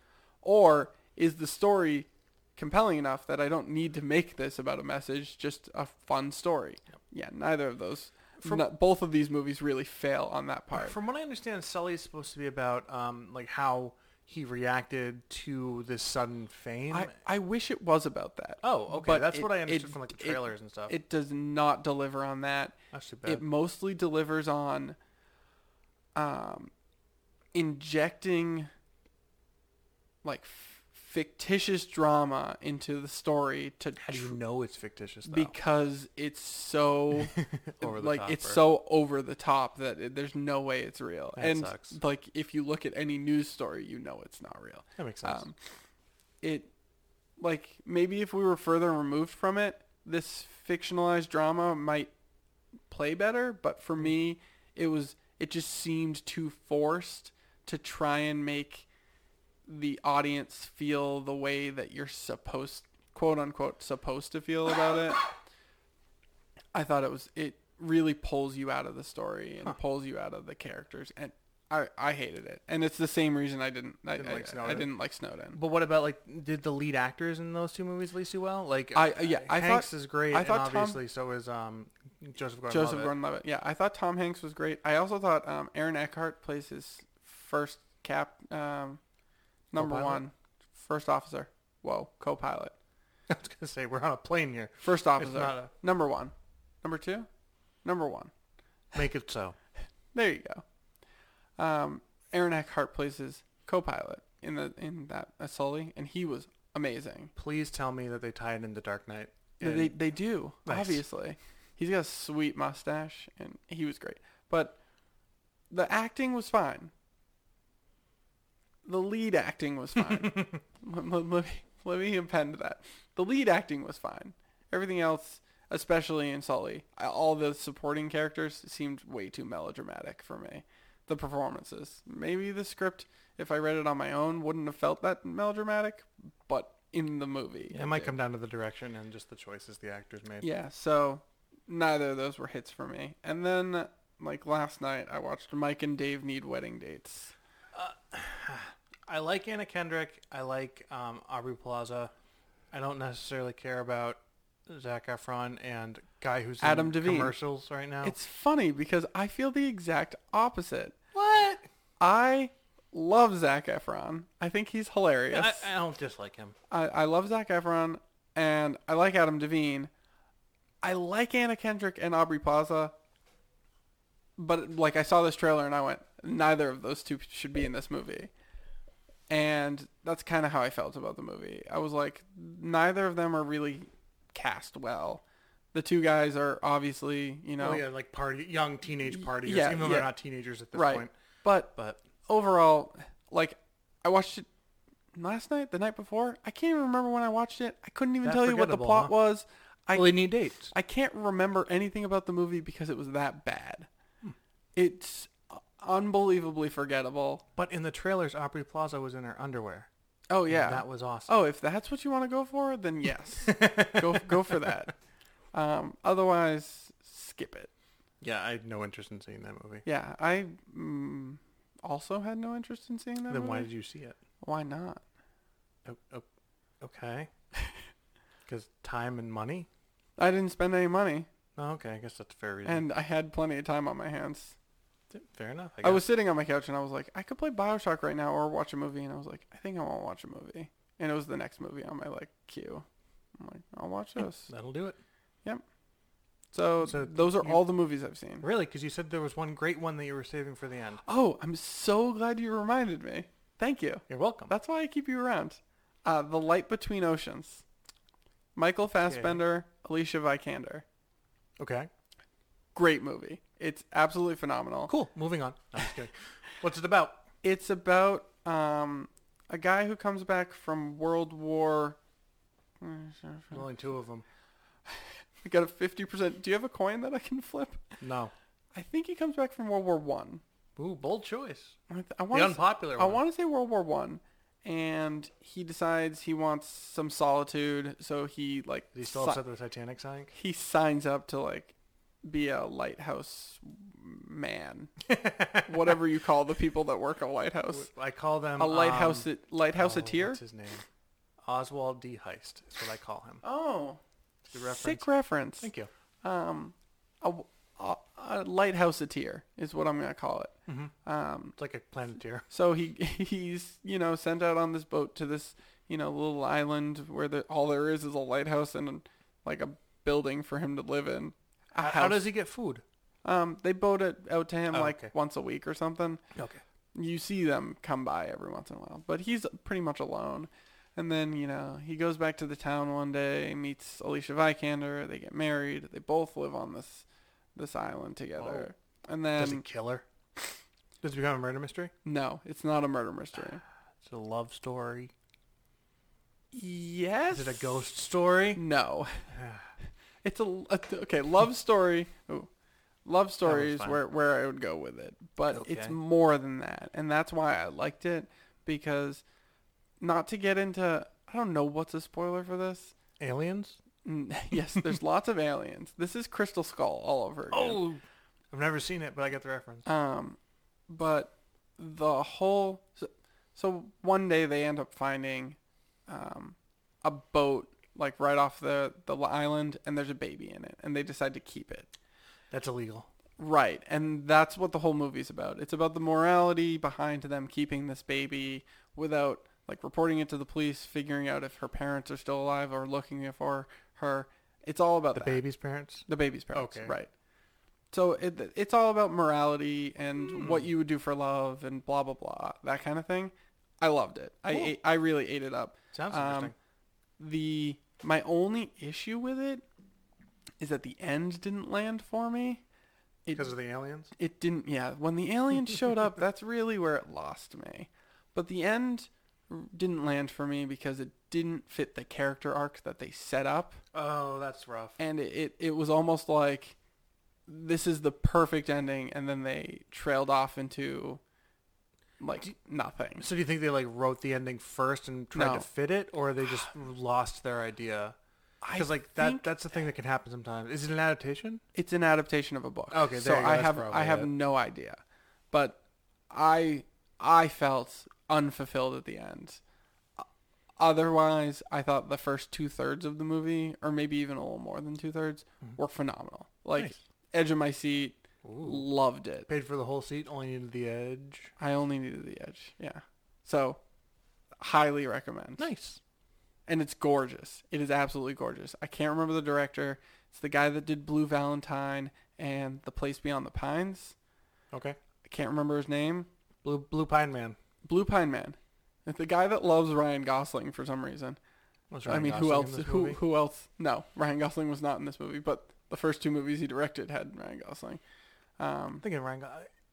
B: Or is the story compelling enough that I don't need to make this about a message, just a fun story? Yeah, neither of those. no- both of these movies really fail on that part.
A: From what I understand, Sully is supposed to be about um, like how he reacted to this sudden fame.
B: I, I wish it was about that.
A: oh, okay.
B: but
A: That's
B: it-
A: what I
B: it-
A: understood from like the
B: it-
A: trailers and stuff.
B: It does not deliver on that.
A: That's too
B: It
A: bad.
B: mostly delivers on um, injecting like f- fictitious drama into the story to
A: How do you know it's fictitious? Though?
B: because it's so
A: [laughs] Over the
B: like
A: top,
B: it's
A: or-
B: so over the top that it, there's no way it's real.
A: That
B: and
A: sucks.
B: like if you look at any news story, you know it's not real.
A: that makes sense.
B: Um, it like maybe if we were further removed from it, this fictionalized drama might play better. But
A: Hmm.
B: for me, it was it just seemed too forced to try and make the audience feel the way that you're supposed quote unquote supposed to feel about it. I thought it was it really pulls you out of the story and pulls you out of the characters and I, I hated it and it's the same reason I didn't I
A: Didn't
B: I,
A: like
B: I
A: Snowden.
B: didn't like Snowden.
A: but what about like did the lead actors in those two movies at least do well? Like
B: I- yeah, I thought-
A: Hanks is great.
B: I thought
A: and
B: Tom-
A: obviously so is um Joseph Gordon.
B: Joseph Gordon-Levitt. Yeah, I thought Tom Hanks was great. I also thought um, Aaron Eckhart plays his first cap um, number
A: Co-pilot?
B: one, first officer. Whoa, co-pilot,
A: [laughs] I was gonna say we're on a plane here.
B: first officer,
A: not a-
B: number one, number two, number one.
A: Make it so.
B: There you go. Um, Aaron Eckhart plays his co-pilot in the in that uh, Sully, and he was amazing.
A: Please tell me that they tie it in the Dark Knight. And
B: They they do
A: Nice.
B: obviously. He's got a sweet mustache, and he was great. But the acting was fine. The lead acting
A: [laughs]
B: was fine. let, let- let me let me append to that. The lead acting was fine. Everything else, especially in Sully, I- all the supporting characters seemed way too melodramatic for me. The performances, maybe the script, if I read it on my own, wouldn't have felt that melodramatic, but in the movie,
A: it might come down to the direction and just the choices the actors made.
B: yeah, so neither of those were hits for me. And then like last night I watched Mike and Dave Need Wedding Dates.
A: I like Anna Kendrick. I like um, Aubrey Plaza. I don't necessarily care about Zach Efron and guy who's
B: Adam
A: in
B: Devine.
A: commercials right now.
B: It's funny because I feel the exact opposite.
A: what?
B: I love Zach Efron. I think he's hilarious.
A: I, I don't dislike him.
B: I, I love Zach Efron and I like Adam Devine. I like Anna Kendrick and Aubrey Plaza. But like I saw this trailer and I went, neither of those two should be in this movie. And that's kind of how I felt about the movie. I was like, neither of them are really cast well. The two guys are obviously, you know,
A: Oh yeah, like party young teenage party.
B: yeah,
A: even though they're
B: yeah.
A: not teenagers at this
B: right.
A: point.
B: But
A: But
B: overall, like I watched it last night, the night before. I can't even remember when I watched it. I couldn't even
A: That
B: tell you what the
A: forgettable,
B: plot
A: huh?
B: was. I
A: Well, they need dates.
B: I can't remember anything about the movie because it was that bad.
A: Hmm.
B: It's unbelievably forgettable.
A: But in the trailers, Aubrey Plaza was in her underwear.
B: Oh
A: And
B: yeah.
A: that was awesome.
B: oh, if that's what you want to go for, then yes, go go for that. Um, otherwise, skip it.
A: [laughs] Yeah, I had no interest in seeing that movie.
B: Yeah, I mm, also had no interest in seeing that.
A: Then why
B: movie.
A: did you see it?
B: Why not?
A: O- o- Okay. [laughs] Because time and money.
B: I didn't spend any money,
A: Oh, okay, I guess that's a fair reason.
B: and I had plenty of time on my hands.
A: fair enough. I,
B: I,
A: guess.
B: was sitting on my couch and I was like, I could play Bioshock right now or watch a movie, and I was like, I think I want to watch a movie, and it was the next movie on my like queue. I'm like, I'll watch this.
A: That'll do it.
B: So,
A: So
B: those are
A: you-
B: all the movies I've seen.
A: Really? Because you said there was one great one that you were saving for the end.
B: Oh, I'm so glad you reminded me. Thank you.
A: You're welcome.
B: That's why I keep you around. Uh, the Light Between Oceans. Michael Fassbender, Alicia Vikander.
A: Okay.
B: Great movie. It's absolutely phenomenal.
A: Cool. Moving on. No, I'm just kidding. [laughs] What's it about?
B: It's about um, a guy who comes back from World War.
A: Only two of them.
B: I got a fifty percent. Do you have a coin that I can flip?
A: No.
B: I think he comes back from World War One.
A: Ooh, bold choice.
B: I, th-
A: The
B: I want to
A: unpopular
B: I
A: one.
B: want to say World War One, and he decides he wants some solitude, so he like
A: Is he still
B: si-
A: upset with the Titanic sank?
B: he signs up to like be a lighthouse
A: [laughs]
B: man, whatever you call the people that work a lighthouse,
A: I call them
B: a lighthouse
A: Um,
B: lighthouse
A: oh,
B: a tear.
A: What's his name? Oswald D. Heist is what I call him.
B: Oh,
A: Good reference.
B: sick reference.
A: Thank you.
B: Um, a, a, a lighthouse a tear is what I'm gonna
A: [laughs]
B: call it.
A: Mhm.
B: Um,
A: It's like a planeteer.
B: So he [laughs] he's you know sent out on this boat to this you know little island where the, all there is is a lighthouse and like a building for him to live in. A
A: How, how
B: house.
A: does he get food?
B: um they boat it out to him
A: Oh,
B: like
A: okay.
B: once a week or something.
A: Okay.
B: You see them come by every once in a while, but he's pretty much alone. And then you know he goes back to the town one day, meets Alicia Vikander. They get married. They both live on this this island together. And
A: Oh. Does he
B: then
A: kill her? Does it become a murder mystery?
B: no, it's not a murder mystery.
A: It's a love story.
B: Yes.
A: Is it a ghost story?
B: No. [sighs] it's a, a- okay love story. Ooh, love story is
A: fine.
B: where where I would go with it, but it's
A: Okay.
B: more than that, and that's why I liked it because not to get into I don't know what's a spoiler for this.
A: Aliens?
B: Mm, [laughs] yes, there's lots of aliens. This is Crystal Skull all over again.
A: Oh, I've never seen it, but I get the reference.
B: Um, but the whole so, so one day they end up finding um, a boat like right off the the island, and there's a baby in it, and they decide to keep it.
A: That's illegal.
B: Right, and that's what the whole movie's about. It's about the morality behind them keeping this baby without like reporting it to the police, figuring out if her parents are still alive or looking for her. It's all about
A: The
B: that.
A: baby's parents.
B: The baby's parents.
A: Okay.
B: Right. So it, it's all about morality and what you would do for love and blah blah blah that kind of thing. I loved it. I
A: Cool.
B: ate, I really ate it up.
A: Sounds
B: Um,
A: interesting.
B: The my only issue with it is that the end didn't land for me. It
A: Because of the aliens?
B: it didn't. Yeah, when the aliens showed up, that's really where it lost me. But the end r- didn't land for me because it didn't fit the character arc that they set up
A: Oh, that's rough.
B: and it, it, it was almost like this is the perfect ending and then they trailed off into like nothing
A: So do you think they like wrote the ending first and tried
B: No.
A: to fit it, or they just lost their idea?
B: I
A: Because like that,
B: think
A: that's the thing that can happen sometimes. Is it an adaptation?
B: it's an adaptation of a book
A: Okay, there
B: so
A: you go,
B: i
A: that's
B: have
A: probably
B: i have
A: it.
B: no idea but i i felt unfulfilled at the end O- otherwise i thought the first two-thirds of the movie or maybe even a little more than two-thirds were phenomenal like
A: Mm-hmm. Nice.
B: edge of my seat
A: Ooh.
B: loved it
A: Paid for the whole seat, only needed the edge.
B: I only needed the edge. Yeah. So highly recommend.
A: Nice.
B: And it's gorgeous. It is absolutely gorgeous. I can't remember the director. It's the guy that did Blue Valentine and The Place Beyond the Pines.
A: Okay.
B: I can't remember his name.
A: Blue Blue Pine Man.
B: Blue Pine Man. It's the guy that loves Ryan Gosling for some reason.
A: Was
B: I
A: Ryan
B: mean, who
A: Gosling in
B: else?
A: this
B: Who
A: movie?
B: who else? No, Ryan Gosling was not in this movie, but the first two movies he directed had Ryan Gosling. Um,
A: I'm thinking Ryan. Go-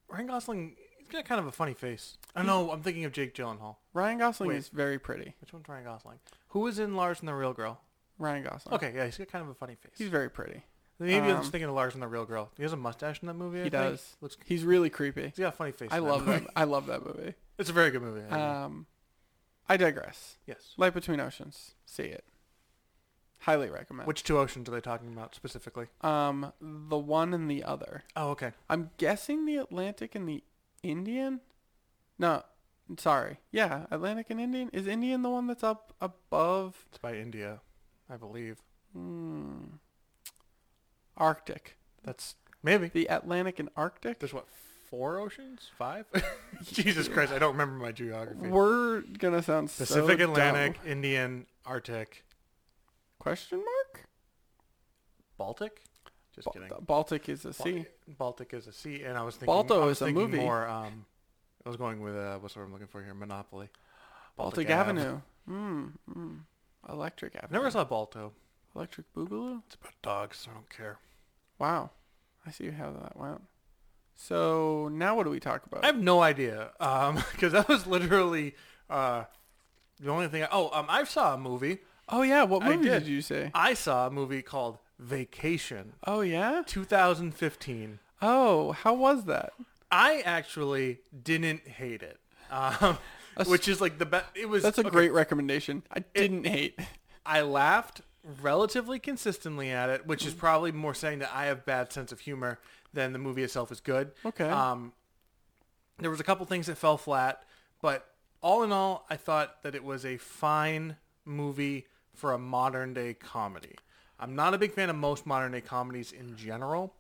A: Ryan Gosling got kind of a funny face. I know. I'm thinking of Jake Gyllenhaal.
B: Ryan Gosling
A: Wait.
B: is very pretty.
A: Which one's Ryan Gosling? Who is in Lars and the Real Girl?
B: Ryan Gosling.
A: Okay, yeah, he's got kind of a funny face.
B: He's very pretty.
A: Maybe I'm
B: um,
A: just thinking of Lars and the Real Girl. He has a mustache in that movie. I
B: He
A: think.
B: does.
A: Looks.
B: He's really creepy.
A: He's got a funny face.
B: I
A: in
B: love
A: movie.
B: that. I love that
A: [laughs]
B: movie.
A: It's a very good movie. I agree.
B: Um, I digress.
A: yes.
B: Light Between Oceans. See it. Highly recommend.
A: Which two oceans are they talking about specifically?
B: um, the one and the other.
A: Oh, okay.
B: I'm guessing the Atlantic and the Indian. No, sorry. Yeah, Atlantic and Indian. Is Indian the one that's up above
A: It's by India, I believe.
B: hmm, Arctic?
A: That's maybe.
B: The Atlantic and Arctic.
A: There's what four oceans? Five? [laughs] Jesus Christ! I don't remember my geography.
B: We're gonna sound so
A: Pacific,
B: dumb.
A: Atlantic, Indian, Arctic,
B: Question mark?
A: Baltic. Just
B: Ba-
A: kidding.
B: the Baltic is a sea.
A: Baltic, Baltic is a sea, and I was thinking.
B: Balto
A: I was
B: is a
A: thinking
B: movie.
A: More. Um, I was going with uh, what's the word I'm looking for here? Monopoly.
B: Baltic Avenue. Hmm. Mm. Electric
A: I
B: Avenue.
A: never saw Balto.
B: Electric Boogaloo.
A: It's about dogs. So I don't care.
B: Wow. I see how that went. So now what do we talk about?
A: I have no idea [laughs] because that was literally uh, the only thing. I, oh, um, I saw a movie.
B: oh yeah, what
A: I
B: movie
A: did.
B: did you say?
A: I saw a movie called Vacation,
B: Oh yeah.
A: 2015.
B: Oh, how was that?
A: I actually didn't hate it, um,
B: That's-
A: which is like the best. It was.
B: That's a
A: okay,
B: great recommendation. I didn't hate.
A: I laughed relatively consistently at it, which
B: Mm-hmm.
A: is probably more saying that I have bad sense of humor than the movie itself is good.
B: Okay.
A: Um, there was a couple things that fell flat, but all in all, I thought that it was a fine movie for a modern day comedy. I'm not a big fan of most modern day comedies in general.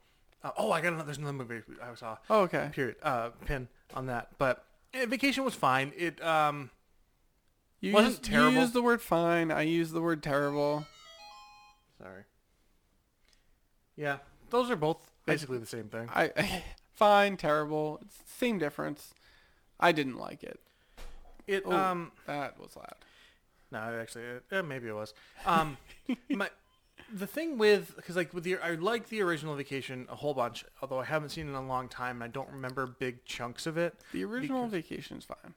A: Uh, oh, I got another. There's another movie I saw
B: Oh, okay.
A: period uh, pin on that. But eh, vacation was fine. It um
B: You
A: Wasn't
B: used,
A: terrible.
B: You used the word fine. I used the word terrible.
A: sorry. Yeah, those are both basically the same thing.
B: I, [laughs] fine, terrible. It's the same difference. I didn't like it.
A: It
B: Oh,
A: um
B: that was loud.
A: no actually it, eh, maybe it was
B: [laughs]
A: um my the thing with because like with the I like the original vacation a whole bunch although I haven't seen it in a long time and I don't remember big chunks of it.
B: The original vacation's fine.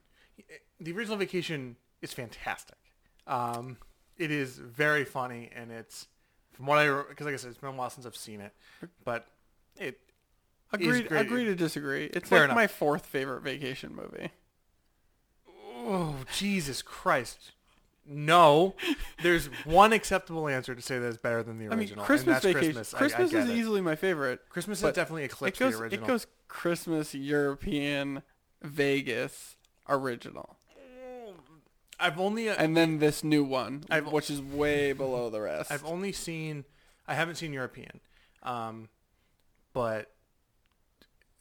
A: the original vacation is fantastic. Um, it is very funny, and it's from what I because like I said, it's been a while since I've seen it, but it is
B: Agreed.
A: great.
B: Agree to disagree. It's
A: Fair
B: like
A: enough.
B: my fourth favorite vacation movie.
A: Oh Jesus Christ! No, there's one acceptable answer to say that it's better than the
B: I mean,
A: original. and
B: Christmas
A: that's
B: vacation.
A: Christmas,
B: Christmas,
A: I- I, get
B: is
A: it.
B: easily my favorite.
A: Christmas has
B: but
A: definitely eclipsed
B: it goes.
A: the original.
B: It goes Christmas, European, Vegas, original,
A: I've only uh,
B: and then this new one,
A: I've-
B: which is way below the rest.
A: I've only seen I haven't seen European, um, but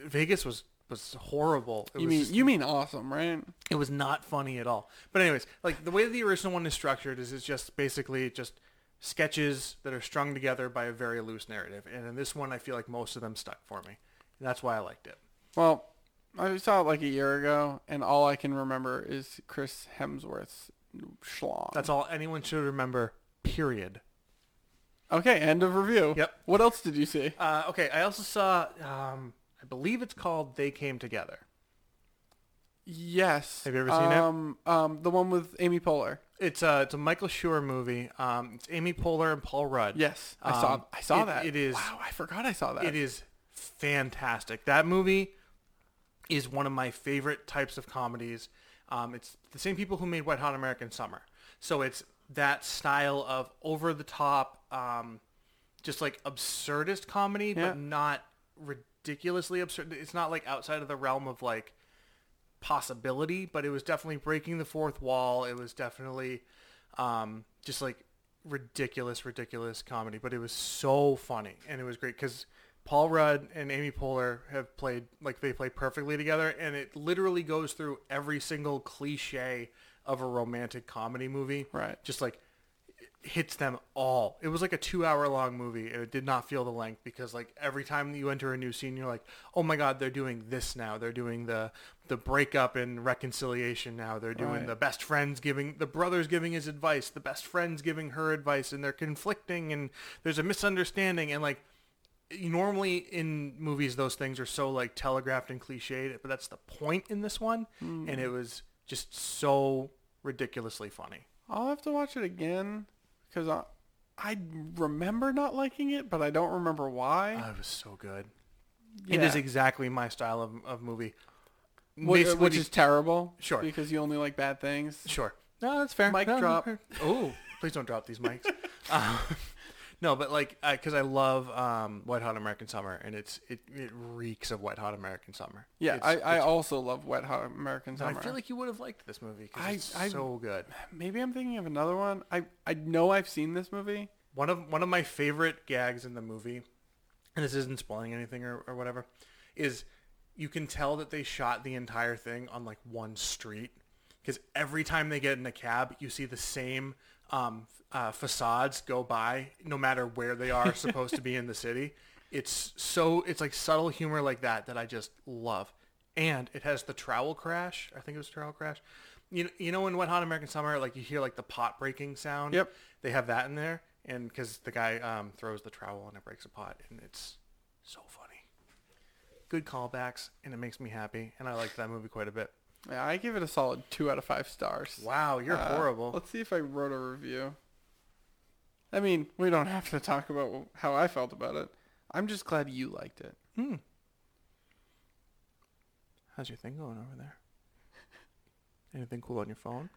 A: Vegas was was horrible. It
B: you
A: was
B: mean
A: just-
B: you mean awesome, right?
A: It was not funny at all. But anyways, like the way the original one is structured is it's just basically just sketches that are strung together by a very loose narrative. And in this one, I feel like most of them stuck for me. And that's why I liked it.
B: Well, I saw it like a year ago, and all I can remember is Chris Hemsworth's schlong.
A: That's all anyone should remember. Period.
B: okay. End of review.
A: Yep.
B: What else did you see?
A: Uh, okay, I also saw. Um, I believe it's called "They Came Together."
B: Yes.
A: Have you ever seen it?
B: um, it? Um, the one with Amy Poehler.
A: It's a it's a Michael Schur movie. Um, it's Amy Poehler and Paul Rudd.
B: Yes, I
A: Um,
B: saw. I saw
A: it-
B: that.
A: it is-
B: Wow, I forgot I saw that.
A: It is fantastic. That movie is one of my favorite types of comedies. Um, it's the same people who made Wet Hot American Summer. So it's that style of over the top, um, just like absurdist comedy,
B: Yeah.
A: but not ridiculously absurd. It's not like outside of the realm of like possibility, but it was definitely breaking the fourth wall. It was definitely um, just like ridiculous, ridiculous comedy, but it was so funny and it was great because Paul Rudd and Amy Poehler have played like they play perfectly together, and it literally goes through every single cliche of a romantic comedy movie.
B: Right.
A: just like hits them all. It was like a two hour long movie and it did not feel the length because like every time that you enter a new scene you're like, Oh my god, they're doing this now. They're doing the the breakup and reconciliation now. They're doing
B: Right.
A: the best friends giving the brothers giving his advice, the best friends giving her advice and they're conflicting and there's a misunderstanding and like normally in movies those things are so like telegraphed and cliched, but that's the point in this one, and it was just so ridiculously funny.
B: I'll have to watch it again because I, I remember not liking it, but I don't remember why.
A: Oh, it was so good. It
B: Yeah.
A: is exactly my style of, of movie.
B: which,
A: Basically-
B: which is terrible.
A: Sure.
B: Because you only like bad things.
A: Sure. No, that's fair.
B: Mic
A: No,
B: drop.
A: Oh, please don't drop these mics. [laughs] um, no, but like, because I love um, Wet Hot American Summer, and it's it, it reeks of Wet Hot American Summer.
B: Yeah,
A: It's-
B: I, I
A: it's-
B: also love Wet Hot American
A: I
B: Summer.
A: feel like you would have liked this movie because
B: I-
A: it's
B: I-
A: so good.
B: Maybe I'm thinking of another one. I, I know I've seen this movie.
A: One of one of my favorite gags in the movie, and this isn't spoiling anything or, or whatever, is you can tell that they shot the entire thing on like one street because every time they get in a cab, you see the same um, uh, facades go by, no matter where they are supposed to be in the city. It's so it's like subtle humor like that that I just love, and it has the trowel crash. I think it was trowel crash. You you know in Wet Hot American Summer, like you hear like the pot breaking sound.
B: Yep.
A: They have that in there, and because the guy um, throws the trowel and it breaks a pot, and it's so funny. Good callbacks, and it makes me happy, and I liked that movie quite a bit.
B: Yeah, I give it a solid two out of five stars.
A: Wow, you're
B: Uh,
A: horrible.
B: Let's see if I wrote a review. I mean, we don't have to talk about how I felt about it. I'm just glad you liked it.
A: Hmm. How's your thing going over
B: [laughs]
A: there? Anything cool on your phone?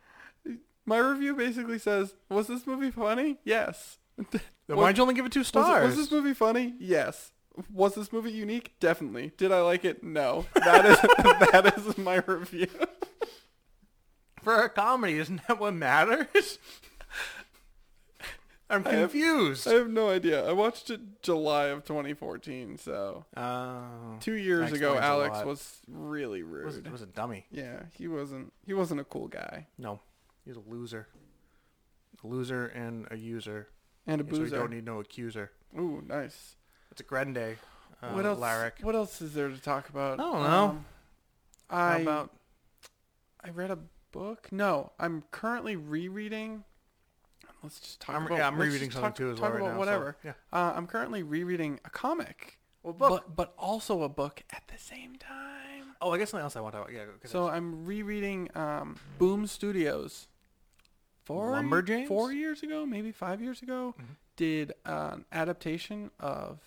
B: My review basically says, "Was this movie funny? Yes.
A: Then
B: What-
A: why'd you only give it two
B: Was, it-
A: stars?
B: was this movie funny? Yes. Was this movie unique? Definitely. Did I like it? No. That is [laughs] that is my review.
A: For a comedy, isn't that what
B: [laughs]
A: matters? I'm
B: I have-
A: confused.
B: I have no idea. I watched it July of 2014, so
A: Oh.
B: two years
A: That
B: ago,
A: explains a
B: Alex
A: lot.
B: was really rude.
A: Was, was a dummy.
B: yeah, he wasn't. He wasn't a cool guy
A: No. He's a loser. A loser and a user.
B: and a
A: So we
B: boozer.
A: don't need no accuser.
B: Ooh, nice.
A: It's a grande. Uh,
B: what else?
A: Lyric.
B: What else is there to talk about? Um,
A: I don't know.
B: I
A: How about
B: I read a book. No, I'm currently rereading. Let's just talk
A: I'm,
B: about.
A: yeah, I'm
B: let's
A: rereading
B: just
A: something
B: talk-
A: too as well
B: talk
A: right
B: about
A: now. so-
B: whatever.
A: yeah.
B: Uh, I'm currently rereading a comic,
A: Well, book.
B: but but also a book at the same time.
A: oh, I guess something else I want to talk about. Yeah. 'cause
B: So I'm rereading um, Boom Studios. Four
A: Lumberjanes?
B: four years ago, maybe five years ago,
A: Mhm.
B: did an adaptation of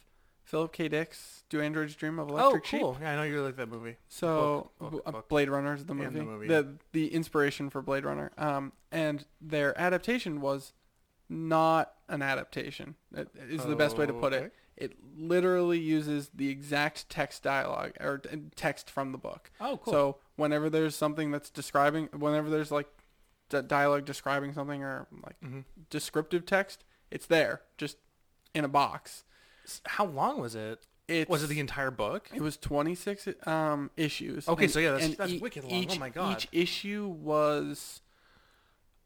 B: Philip K. Dick's "Do Androids Dream of
A: Oh,
B: Electric Sheep?"
A: cool. Yeah, I know you like that movie.
B: So
A: Book,
B: b-
A: book,
B: uh,
A: book.
B: Blade Runner is the
A: And the
B: movie. the
A: movie.
B: the inspiration for Blade Runner. Um, and their adaptation was not an adaptation. That Is the best way to put it.
A: Okay.
B: It literally uses the exact text dialogue or t- text from the book.
A: Oh,
B: So whenever there's something that's describing, whenever there's like d- dialogue describing something or like
A: Mhm.
B: descriptive text, it's there, just in a box.
A: S- how long was it?
B: It's,
A: was it the entire book?
B: it was 26 um, issues.
A: Okay, so yeah, that's-
B: and e-,
A: that's wicked long. Oh
B: each-
A: my God.
B: Each issue was,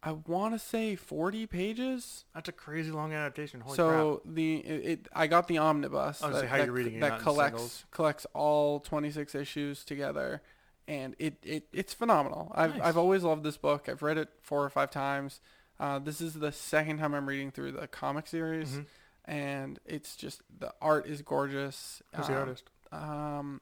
B: I want to say, 40 pages.
A: That's a crazy long adaptation. Holy crap!
B: so the it, it, I got the omnibus
A: I was gonna say, how you're reading it,
B: that
A: not in
B: collects
A: singles.
B: collects all 26 issues together, and it, it it's phenomenal. I've
A: Nice.
B: I've always loved this book. I've read it four or five times. Uh, this is the second time I'm reading through the comic series,
A: Mhm.
B: and it's just the art is gorgeous.
A: Who's the
B: Um,
A: artist?
B: um,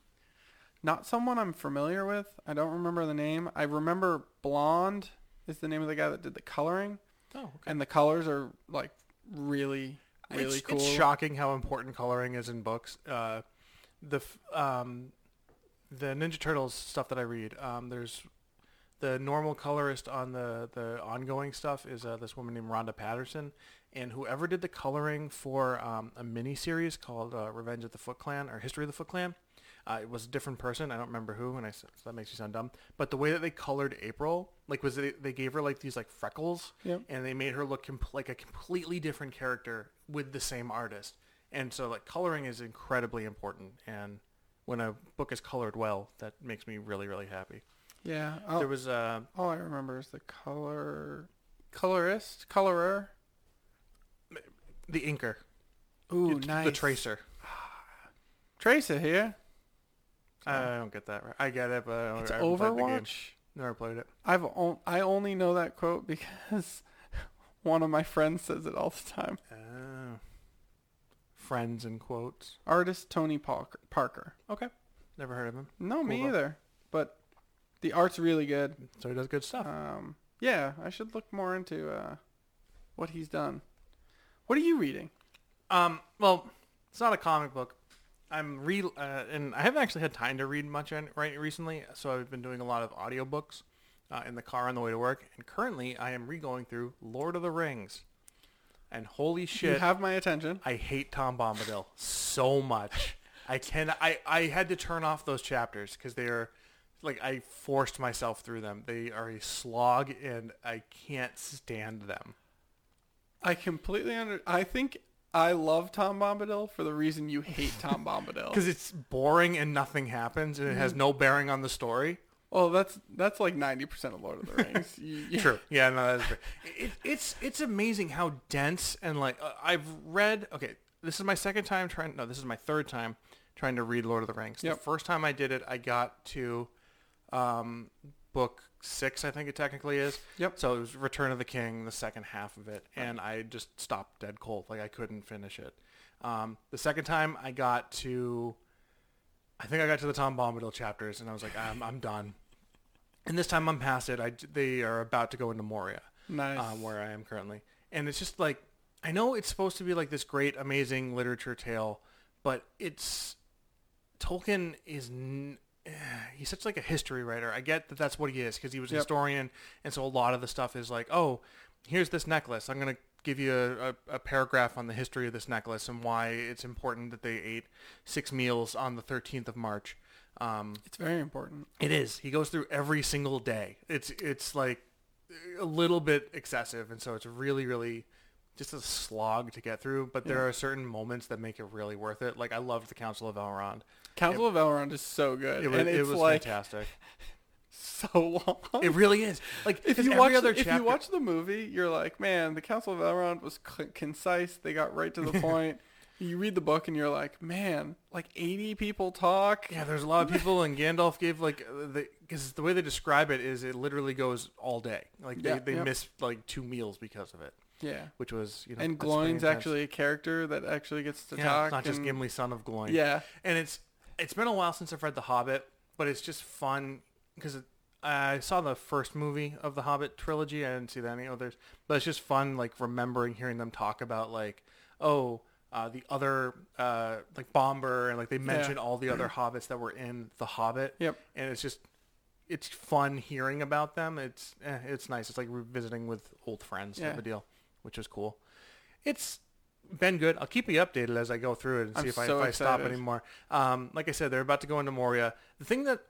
B: not someone I'm familiar with. I don't remember the name. I remember Blonde is the name of the guy that did the coloring,
A: Oh, okay.
B: and the colors are like really, really
A: it's,
B: cool.
A: It's shocking how important coloring is in books. Uh, the f- um, the Ninja Turtles stuff that I read, um, there's the normal colorist on the the ongoing stuff is uh, this woman named Rhonda Patterson, and whoever did the coloring for um, a mini series called uh, Revenge of the Foot Clan or History of the Foot Clan. Uh, it was a different person. I don't remember who, and I s- so that makes you sound dumb. But the way that they colored April, like, was they, they gave her like these like freckles,
B: Yep.
A: and they made her look com- like a completely different character with the same artist. And so like coloring is incredibly important. And when a book is colored well, that makes me really really happy.
B: Yeah,
A: There
B: all,
A: was uh,
B: all I remember is the color, colorist, colorer.
A: the inker,
B: Ooh,
A: It's
B: nice.
A: the tracer.
B: Tracer here.
A: I don't get that right. I get it, but I
B: It's
A: Oh, I haven't played the game.
B: Overwatch.
A: Never played it.
B: I've on, I only know that quote [laughs] because one of my friends says it all the time.
A: Oh. friends in quotes.
B: Artist Tony Parker. Parker. Okay.
A: Never heard of him.
B: No, me
A: though.
B: either. But the art's really good.
A: So he does good stuff.
B: Um, yeah, I should look more into uh, what he's done. What are you reading?
A: Um, well, it's not a comic book. I'm re uh, and I haven't actually had time to read much in, right recently, so I've been doing a lot of audiobooks uh, in the car on the way to work. And currently, I am re-going through Lord of the Rings. And holy
B: You
A: shit,
B: have my attention.
A: I hate Tom Bombadil so much. I can I I had to turn off those chapters because they are like I forced myself through them. They are a slog, and I can't stand them.
B: I completely under. I think I love Tom Bombadil for the reason you hate Tom
A: [laughs]
B: Bombadil.
A: because it's boring and nothing happens and it has no bearing on the story.
B: Well, that's that's like ninety percent of Lord
A: [laughs]
B: of the Rings. You- [laughs] you-
A: True. Yeah, no, that's true. It, it's it's amazing how dense and like uh, I've read. Okay, this is my second time trying. No, this is my third time trying to read Lord of the Rings.
B: Yep.
A: The first time I did it, I got to um, book six, I think it technically is.
B: Yep.
A: So it was Return of the King, the second half of it, and I just stopped dead cold. Like I couldn't finish it. Um, the second time I got to, I think I got to the Tom Bombadil chapters, and I was like, I'm I'm done. And this time I'm past it. I they are about to go into Moria,
B: Nice.
A: um, where I am currently, and it's just like I know it's supposed to be like this great, amazing literature tale, but it's Tolkien is n- eh, he's such like a history writer. I get that that's what he is because he was a
B: Yep.
A: historian, and so a lot of the stuff is like, oh, here's this necklace. I'm gonna give you a, a, a paragraph on the history of this necklace and why it's important that they ate six meals on the 13th of March. Um,
B: it's very important.
A: it is. He goes through every single day. It's it's like a little bit excessive, and so it's really really just a slog to get through. But there are certain moments that make it really worth it. Like I loved the Council of Elrond.
B: Council of Elrond is so good,
A: It was,
B: and it's
A: it was
B: like
A: fantastic.
B: so long.
A: It really is. Like
B: [laughs] if
A: 'cause
B: you
A: every
B: watch
A: other
B: if
A: chapter-
B: you watch the movie, you're like, man, the Council of Elrond was c- concise. They got
A: [laughs]
B: right to the point. You read the book and you're like, man, like 80 people talk.
A: yeah, there's a lot of people, and Gandalf gave like the because the way they describe it is it literally goes all day. Like they
B: Yeah,
A: they
B: yeah.
A: missed like two meals because of it,
B: Yeah.
A: which was you know
B: And
A: that's pretty
B: Gloin's
A: intense.
B: actually a character that actually gets to
A: yeah,
B: talk.
A: it's not just
B: and-
A: Gimli, son of Gloin.
B: Yeah.
A: and it's it's been a while since I've read The Hobbit, but it's just fun because I saw the first movie of the Hobbit trilogy. I didn't see that any others, but it's just fun like remembering hearing them talk about like oh uh, the other uh, like Bomber and like they mentioned all the other hobbits that were in The Hobbit.
B: Yep.
A: and it's just it's fun hearing about them. It's eh, it's nice. It's like revisiting with old friends type
B: Yeah.
A: of deal, which is cool. It's been good. I'll keep you updated as I go through it and
B: I'm
A: see if, I,
B: so
A: if I stop
B: excited.
A: anymore. Um, like I said, they're about to go into Moria. The thing that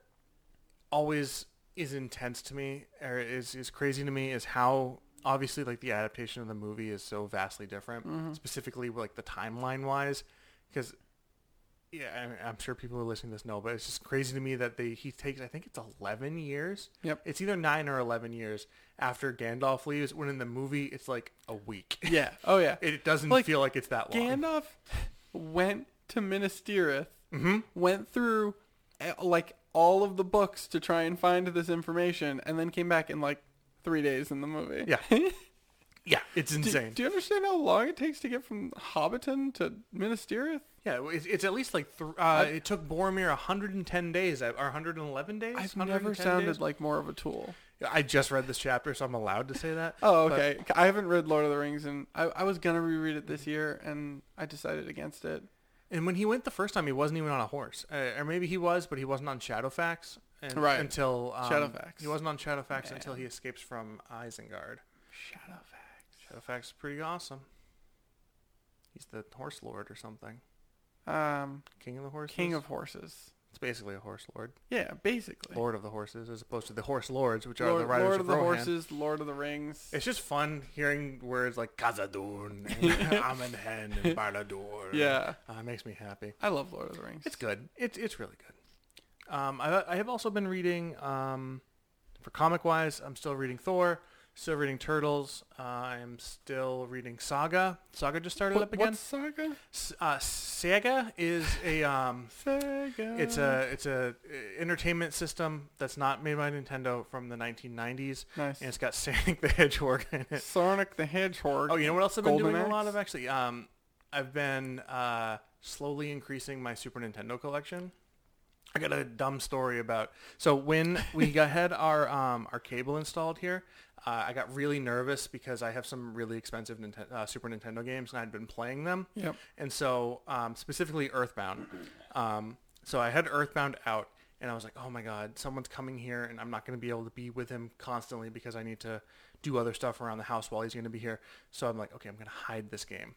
A: always is intense to me or is, is crazy to me is how obviously like the adaptation of the movie is so vastly different,
B: Mm-hmm.
A: specifically like the timeline wise, because yeah, I- I'm sure people who are listening to this know, but it's just crazy to me that they he takes I think it's 11 years.
B: Yep.
A: It's either nine or 11 years after Gandalf leaves. When in the movie, it's like a week.
B: [laughs] Yeah. Oh, yeah.
A: [laughs] It doesn't
B: Like,
A: feel like it's that long.
B: Gandalf went to Minas Tirith,
A: Mm-hmm.
B: went through eh, like all of the books to try and find this information, and then came back in like three days in the movie. [laughs]
A: Yeah. yeah, it's
B: Do-
A: insane.
B: Do, you understand how long it takes to get from Hobbiton to Minas Tirith?
A: yeah, it's, it's at least like th- uh, it took Boromir 110 days I- or 111 days.
B: I've
A: 110
B: never
A: days?
B: sounded like more of a tool.
A: I just read this chapter, so I'm allowed to say that.
B: Oh,
A: But-
B: okay. [laughs] I haven't read Lord of the Rings, and I, I was gonna reread it this year, and I decided against it.
A: and when he went the first time, he wasn't even on a horse, uh, or maybe he was, but he wasn't on Shadowfax. And,
B: Right.
A: Until um,
B: Shadowfax.
A: He wasn't on Shadowfax until he escapes from Isengard.
B: Shadowfax.
A: Shadowfax is pretty awesome. He's the horse lord or something.
B: Um,
A: King of the horses.
B: King of Horses.
A: It's basically a horse lord.
B: Yeah, basically.
A: Lord of the horses, as opposed to the horse lords, which are
B: Lord,
A: the riders
B: Lord
A: of,
B: of the
A: Rohan.
B: Horses, Lord of the Rings.
A: It's just fun hearing words like Khazad-dûn
B: [laughs]
A: and Amenhen and Barad-dûr.
B: Yeah.
A: Uh, it makes me happy.
B: I love Lord of the Rings.
A: It's good. It's it's really good. Um, I I have also been reading um, for comic wise. I'm still reading Thor. Still reading Turtles. Uh, I'm still reading Saga. Saga just started
B: What-
A: up again.
B: What's Saga?
A: S- uh, Sega is a um,
B: Saga.
A: it's a it's a uh, entertainment system that's not made by Nintendo from the 1990s,
B: nice.
A: and it's got [laughs] Sonic the Hedgehog in it.
B: Sonic the Hedgehog.
A: Oh, you know what else I've been
B: Golden
A: doing a lot
B: Axe?
A: of actually? Um, I've been uh, slowly increasing my Super Nintendo collection. I got a dumb story about. So when we got, had our um, our cable installed here, uh, I got really nervous because I have some really expensive Ninten- uh, Super Nintendo games and I'd been playing them.
B: Yep.
A: And so um, specifically Earthbound. Um, so I had Earthbound out and I was like, oh my God, someone's coming here and I'm not going to be able to be with him constantly because I need to do other stuff around the house while he's going to be here. So I'm like, okay, I'm going to hide this game.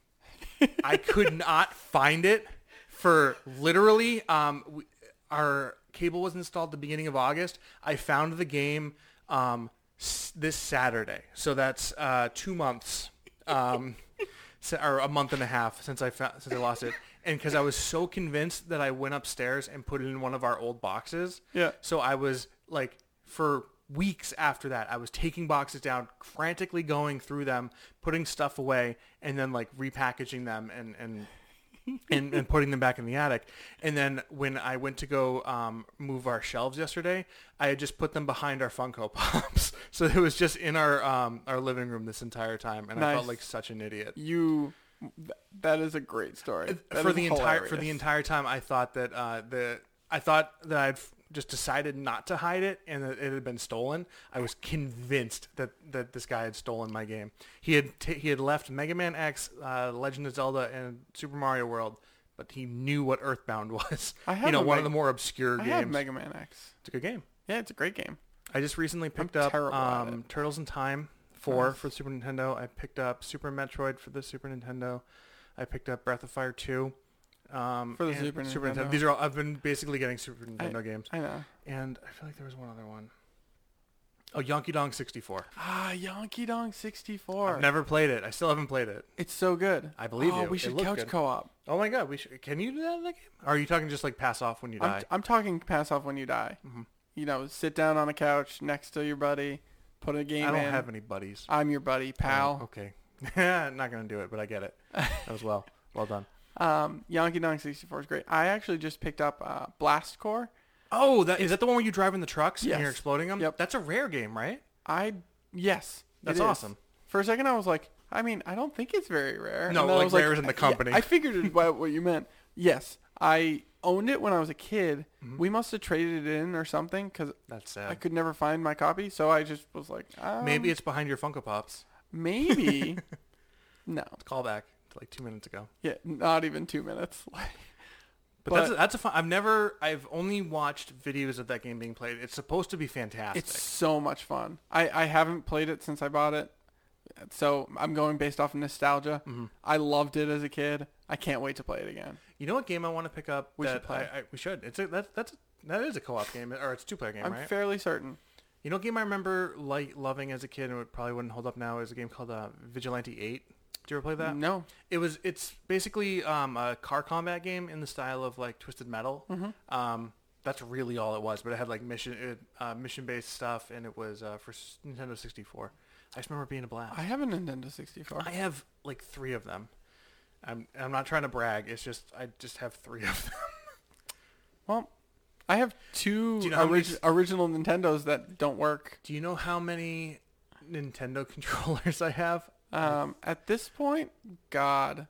A: I could not find it for literally um, w- our cable was installed at the beginning of August. I found the game um, s- this Saturday, so that's uh, two months um, [laughs] s- or a month and a half since I found, since I lost it. And because I was so convinced that I went upstairs and put it in one of our old boxes,
B: Yeah.
A: so I was like, for weeks after that, I was taking boxes down, frantically going through them, putting stuff away, and then like repackaging them and and and, and putting them back in the attic. And then when I went to go um, move our shelves yesterday, I had just put them behind our Funko Pops, [laughs] so it was just in our um, our living room this entire time, and I felt
B: Nice.
A: like such an idiot.
B: You. th- that is a great story. That
A: for
B: is
A: the entire for the
B: hilarious.
A: entire time, I thought that uh, the I thought that I'd f- just decided not to hide it and that it had been stolen. I was convinced that, that this guy had stolen my game. He had t- he had left Mega Man X, uh, Legend of Zelda, and Super Mario World, but he knew what Earthbound [laughs] was.
B: I
A: you
B: have
A: know,
B: a
A: one of
B: Meg-
A: the more obscure
B: I had
A: games.
B: Mega Man X.
A: it's a good game.
B: Yeah, it's a great game.
A: I just recently picked up
B: terrible at Mm.
A: um, Turtles in Time 4
B: Nice.
A: for Super Nintendo. I picked up Super Metroid for the Super Nintendo. I picked up Breath of Fire 2 um,
B: For the
A: and
B: Super Nintendo.
A: These are all, I've been basically getting Super Nintendo games.
B: I know.
A: And I feel like there was one other one. Oh, Yonky Dong 64.
B: Ah, Yonky Dong 64.
A: I've never played it. I still haven't played it.
B: it's so good.
A: I believe
B: oh,
A: you.
B: we
A: It
B: should
A: looked
B: couch
A: good.
B: co-op.
A: Oh my god, we should, can you do that in the game? Or are you talking just like pass off when you die?
B: I'm, I'm talking pass off when you die.
A: Mhm.
B: You know, sit down on a couch next to your buddy, put a game
A: I don't
B: in.
A: have any buddies.
B: I'm your buddy,
A: Oh,
B: pal.
A: Okay. [laughs] I'm not going to do it, but I get
B: [laughs]
A: it. That was well. Well done.
B: Um, Yonky Dong 64 is great. I actually just picked up uh, Blast Core.
A: Oh, that is that the one where you drive in the trucks and you're
B: Yes.
A: exploding them?
B: Yep.
A: That's a rare game, right?
B: I yes, it
A: That's
B: is.
A: awesome.
B: For a second, I was like, I mean, I don't think it's very rare.
A: No,
B: And then I
A: like,
B: was
A: rare is in the
B: yeah,
A: company.
B: I figured it by what you meant. Yes, I owned it when I was a kid.
A: Mm-hmm.
B: We must have traded it in or something because
A: That's
B: I
A: sad.
B: could never find my copy. So I just was like, um,
A: Maybe it's behind your Funko Pops. [laughs]
B: maybe. no,
A: Callback to like two minutes ago.
B: yeah, not even two minutes. [laughs] Like,
A: But, that's a, that's a fun. I've never. I've only watched videos of that game being played. It's supposed to be fantastic.
B: It's so much fun. I, I haven't played it since I bought it, so I'm going based off of nostalgia.
A: Mm-hmm.
B: I loved it as a kid. I can't wait to play it again.
A: you know what game I want to pick up?
B: We
A: that
B: should play.
A: I, I, we should. It's a that's that's a, that is a co-op game or it's a two-player game,
B: I'm
A: right?
B: fairly certain.
A: you know, what game I remember like loving as a kid and it probably wouldn't hold up now is a game called uh, Vigilante Eight. Do you ever play that?
B: No,
A: It was. It's basically um, a car combat game in the style of like Twisted Metal.
B: Mm-hmm.
A: Um, that's really all it was, but it had like mission it, uh, mission based stuff, and it was uh, for s- Nintendo 64. I just remember being a blast.
B: I have a Nintendo 64.
A: I have like three of them. I'm I'm not trying to brag. It's just I just have three [laughs] of them.
B: well, I have two
A: Do you know how many
B: orig-
A: s-
B: original Nintendos that don't work.
A: Do you know how many Nintendo [laughs] controllers I have?
B: Um, at this point, God,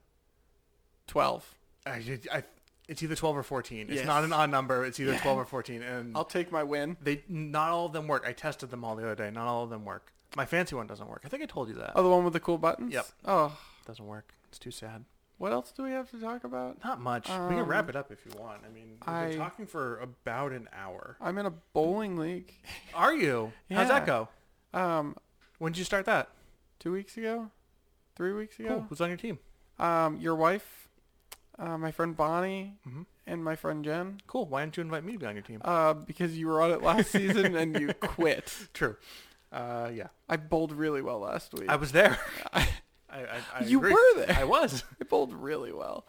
B: twelve.
A: I, I, it's either 12 or 14. It's
B: Yes.
A: not an odd number. It's either
B: Yeah.
A: 12 or 14. And
B: I'll take my win.
A: They not all of them work. I tested them all the other day. Not all of them work. My fancy one doesn't work. I think I told you that.
B: Oh, the one with the cool buttons.
A: Yep.
B: Oh,
A: doesn't work. It's too sad.
B: what else do we have to talk about?
A: Not much. we can wrap
B: Um,
A: it up if you want. I mean, we've
B: I-
A: been talking for about an hour.
B: I'm in a bowling league.
A: Are you? How's that
B: Yeah.
A: go?
B: Um,
A: When did you start that?
B: two weeks ago, three weeks
A: Cool.
B: ago.
A: Who's on your team?
B: Um, your wife, uh, my friend Bonnie,
A: Mhm.
B: and my friend Jen.
A: Cool. Why didn't you invite me to be on your team?
B: Uh, because you were on it last season
A: [laughs]
B: and you quit.
A: True. Uh, yeah.
B: I bowled really well last week. [laughs]
A: I was there. I, I, I
B: you
A: agree.
B: were there.
A: I was.
B: I bowled really well.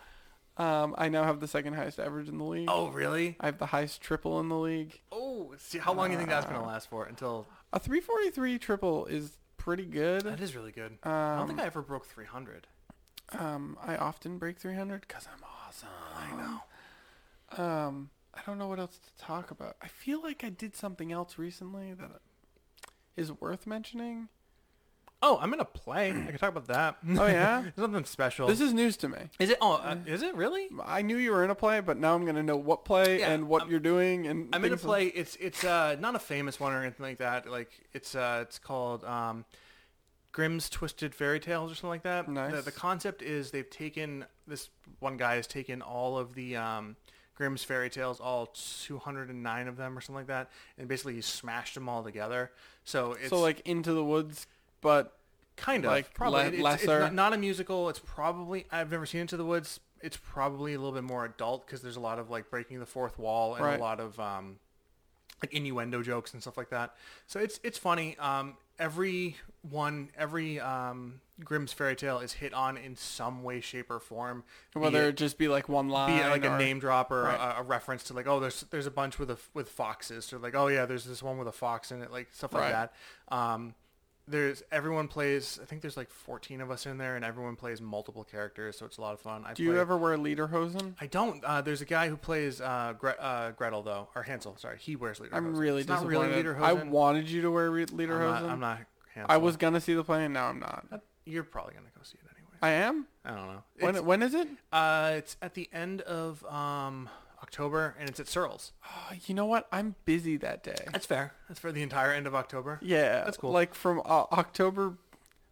B: Um, I now have the second highest average in the league.
A: Oh, really?
B: I have the highest triple in the league.
A: Oh, see, how long do you think that's going
B: Uh.
A: to last for? Until
B: A 343 triple is pretty good.
A: that is really good.
B: Um,
A: I don't think I ever broke 300.
B: um, I often break 300 because I'm awesome. I know. Um, I don't know what else to talk about. I feel like I did something else recently that is worth mentioning.
A: Oh, I'm in a play. I can talk about that.
B: Oh, yeah?
A: [laughs] There's nothing special.
B: This is news to me.
A: is it? Oh, uh, is it really?
B: I knew you were in a play, but now I'm going to know what play
A: Yeah,
B: and what
A: I'm-
B: you're doing. And
A: I'm in a
B: things
A: play. It's it's uh not a famous one or anything like that. Like it's uh it's called um, Grimm's Twisted Fairy Tales or something like that. The,
B: Nice.
A: the concept is they've taken this one guy has taken all of the um, Grimm's fairy tales, all 209 of them or something like that, and basically he smashed them all together. So
B: Like,
A: it's
B: so like into the woods, but
A: kind of
B: like,
A: probably
B: le-
A: It- it's, it's
B: lesser-
A: not, not a musical. It's probably I've never seen Into the Woods. It's probably a little bit more adult because there's a lot of like breaking the fourth wall and
B: Right.
A: a lot of um, like innuendo jokes and stuff like that. So it's it's funny. Um, every one, every um, Grimm's fairy tale is hit on in some way, shape, or form. be
B: whether
A: it-
B: it just be like one line,
A: be it like a
B: or-
A: name drop or
B: Right.
A: a, a reference to like oh there's there's a bunch with a with foxes so like oh yeah there's this one with a fox in it like stuff like
B: Right.
A: that um there's everyone plays i think there's like 14 of us in there and everyone plays multiple characters so it's a lot of fun i
B: Do you
A: play-
B: ever wear lederhosen?
A: i don't uh there's a guy who plays uh, Gre- uh gretel though or hansel sorry he wears lederhosen
B: I'm really
A: it's not
B: disappointed.
A: really
B: I
A: lederhosen
B: wanted you to wear re-
A: I'm not,
B: lederhosen.
A: I'm not hansel
B: I was gonna see the play, and now I'm not.
A: you're probably gonna go see it anyway
B: I am.
A: i don't know
B: When
A: it's,
B: when is it?
A: uh it's at the end of um october and it's at searles
B: Oh, you know what? I'm busy that day.
A: That's fair. That's for the entire end of October.
B: Yeah,
A: That's cool.
B: Like from uh, October,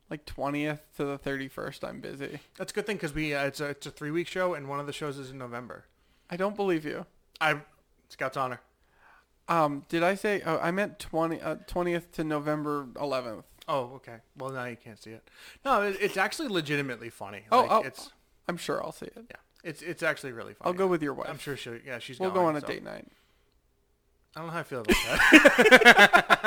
B: like 20th to the 31st, I'm busy.
A: That's a good thing because we uh, it's a it's a three week show and one of the shows is in November.
B: I don't believe you.
A: I Scout's honor.
B: Um, did I say? Oh, I meant 20 uh, 20th to November 11th.
A: Oh, okay. Well, now you can't see it. No, it, it's actually legitimately funny.
B: Oh,
A: Like,
B: oh,
A: it's
B: I'm sure I'll see it.
A: yeah, it's it's actually really funny.
B: I'll go with your wife.
A: Oh, I'm sure she. Yeah, she's.
B: We'll
A: going,
B: go on a
A: so.
B: date night.
A: I don't know how I feel about that.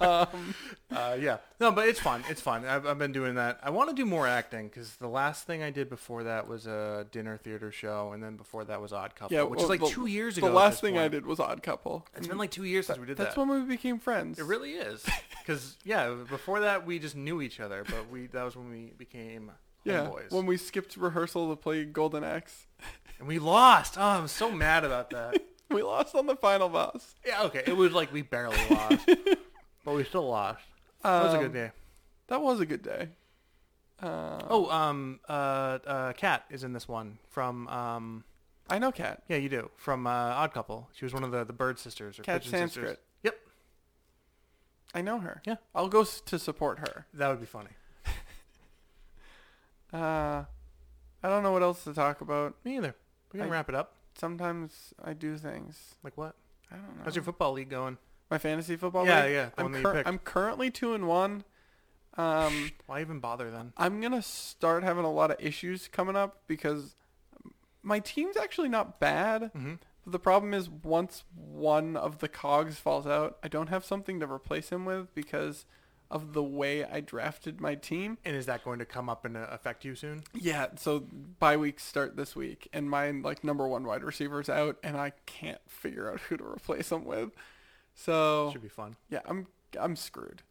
B: Um.
A: uh, yeah, no, but it's fun. It's fun. I've, I've been doing that. I want to do more acting because the last thing I did before that was a dinner theater show, and then before that was Odd Couple,
B: Yeah,
A: which is
B: well,
A: like
B: the-
A: two years ago.
B: The
A: at
B: last
A: this
B: thing I
A: point.
B: did was Odd Couple.
A: It's been like two years since we did
B: That's
A: that.
B: when we became friends.
A: It really
B: [laughs]
A: is because yeah, before that we just knew each other, but we that was when we became
B: Yeah,
A: homeboys.
B: when we skipped rehearsal to play Golden Axe, [laughs]
A: and we lost. Oh, I'm so mad about that.
B: we lost on the final boss.
A: Yeah, okay. It was like we [laughs] barely lost, but we still lost. that was a good
B: Um,
A: day.
B: That was a good day. Uh,
A: Oh, um, uh, uh, Kat is in this one from um,
B: I know Cat.
A: yeah, you do from uh, Odd Couple. She was one of the the Bird sisters or
B: Kat
A: Pigeon sisters.
B: Sanskrit.
A: Yep,
B: I know her.
A: Yeah.
B: I'll go s- to support her.
A: that would be funny.
B: Uh, I don't know what else to talk about.
A: Me either. We can
B: I-
A: wrap it up.
B: Sometimes I do things.
A: Like what?
B: I don't know.
A: How's your football league going?
B: My fantasy Oh. football
A: yeah,
B: league?
A: yeah. The one
B: I'm,
A: that you
B: cur-
A: picked.
B: I'm currently two and one. Um,
A: Why even bother then?
B: I'm gonna start having a lot of issues coming up because my team's actually not bad.
A: Mm-hmm.
B: The problem is once one of the cogs falls out, I don't have something to replace him with because of the way I drafted my team.
A: And is that going to come up and uh, affect you soon?
B: Yeah, so bye weeks start this week and my like number one wide receiver's out and I can't figure out who to replace him with. So
A: Should be fun.
B: yeah, I'm I'm screwed.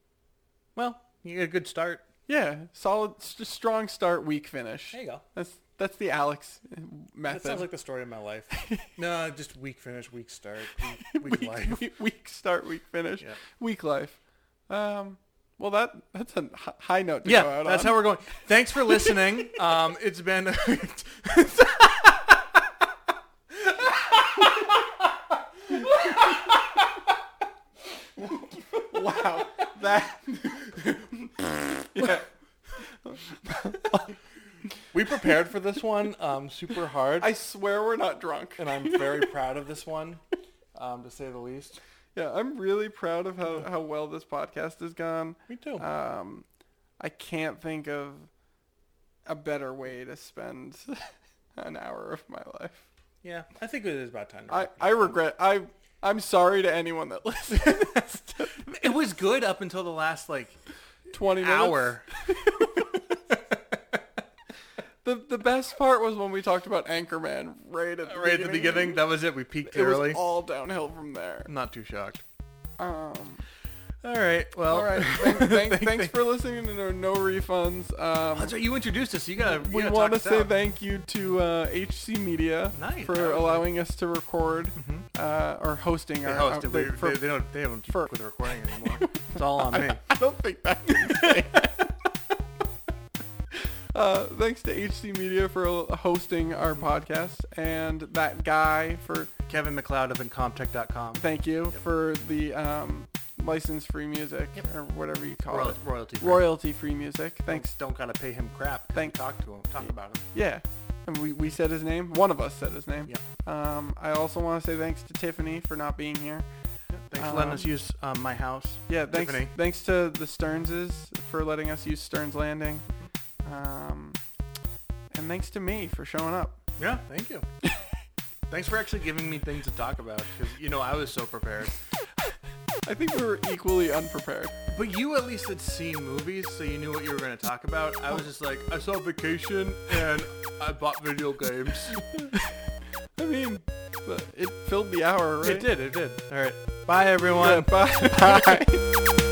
A: Well, you get a good start.
B: Yeah, solid s- strong start, weak finish.
A: you go.
B: That's that's the Alex method.
A: That sounds like the story of my life.
B: [laughs]
A: no, just weak finish, weak start, weak, weak life.
B: [laughs] we- weak start, weak finish,
A: Yeah.
B: weak life. Um, well, that that's a hi- high note to go
A: Yeah,
B: out
A: that's
B: on.
A: how we're going. Thanks for [laughs] listening. um, it's
B: [laughs]
A: been.
B: [laughs] wow,
A: [laughs]
B: that [laughs]
A: we prepared for this one um, super hard,
B: I swear we're not drunk.
A: and
B: [laughs]
A: I'm very proud of this one, um, to say the least.
B: Yeah, I'm really proud of how, how well this podcast has gone.
A: Me too.
B: Um, I can't think of a better way to spend [laughs] an hour of my life.
A: yeah, I think it is about time. To
B: I,
A: wrap it
B: I
A: up.
B: regret I I'm sorry to anyone that [laughs] listens. to [laughs]
A: It was good up until the last like
B: Twenty minutes.
A: hour.
B: The the best part was when we talked about Anchorman right at the
A: Right at the beginning, that was it. We peaked
B: It
A: early.
B: was all downhill from there.
A: I'm not too shocked.
B: Um,
A: All right. Well.
B: all
A: [laughs]
B: right. Thank, thank, thanks for listening to No, no Refunds. Um,
A: That's right. You introduced us. You gotta.
B: we want to say thank you to uh, HC Media
A: Nice, that
B: for
A: was
B: allowing us to record. uh, are hosting
A: They
B: our
A: host it.
B: our-
A: We-
B: they- Uh, for-
A: they, they don't. They haven't
B: for-
A: fuck with the recording
B: [laughs]
A: anymore. It's all on me.
B: I don't think that. [laughs] uh, thanks to HC Media for hosting our
A: Mm-hmm.
B: podcast, and that guy for
A: Kevin McLeod of Incomtech.com.
B: thank you for the um, license-free music or whatever you call
A: Royal,
B: it,
A: royalty. free.
B: royalty-free music. Thanks.
A: Don't gotta pay him crap.
B: Thank-
A: Talk to him. Talk about him.
B: Yeah, and we, we said his name. One of us said his name.
A: Yeah.
B: Um, I also want to say thanks to Tiffany for not being here.
A: Thanks for letting
B: Um,
A: us use um, my house.
B: Yeah, thanks.
A: Tiffany.
B: Thanks to the Stearnses for letting us use Stearns Landing, um, and thanks to me for showing up.
A: Yeah, thank
B: [laughs]
A: you. thanks for actually giving me things to talk about because you know I was so prepared.
B: I think we were equally unprepared.
A: But you at least had seen movies, so you knew what you were going to talk about. I was just like, I saw Vacation and I bought video
B: [laughs]
A: games.
B: I mean, but it filled the hour, right?
A: It did, it did. All right. Bye, everyone.
B: [laughs] Yeah, bye.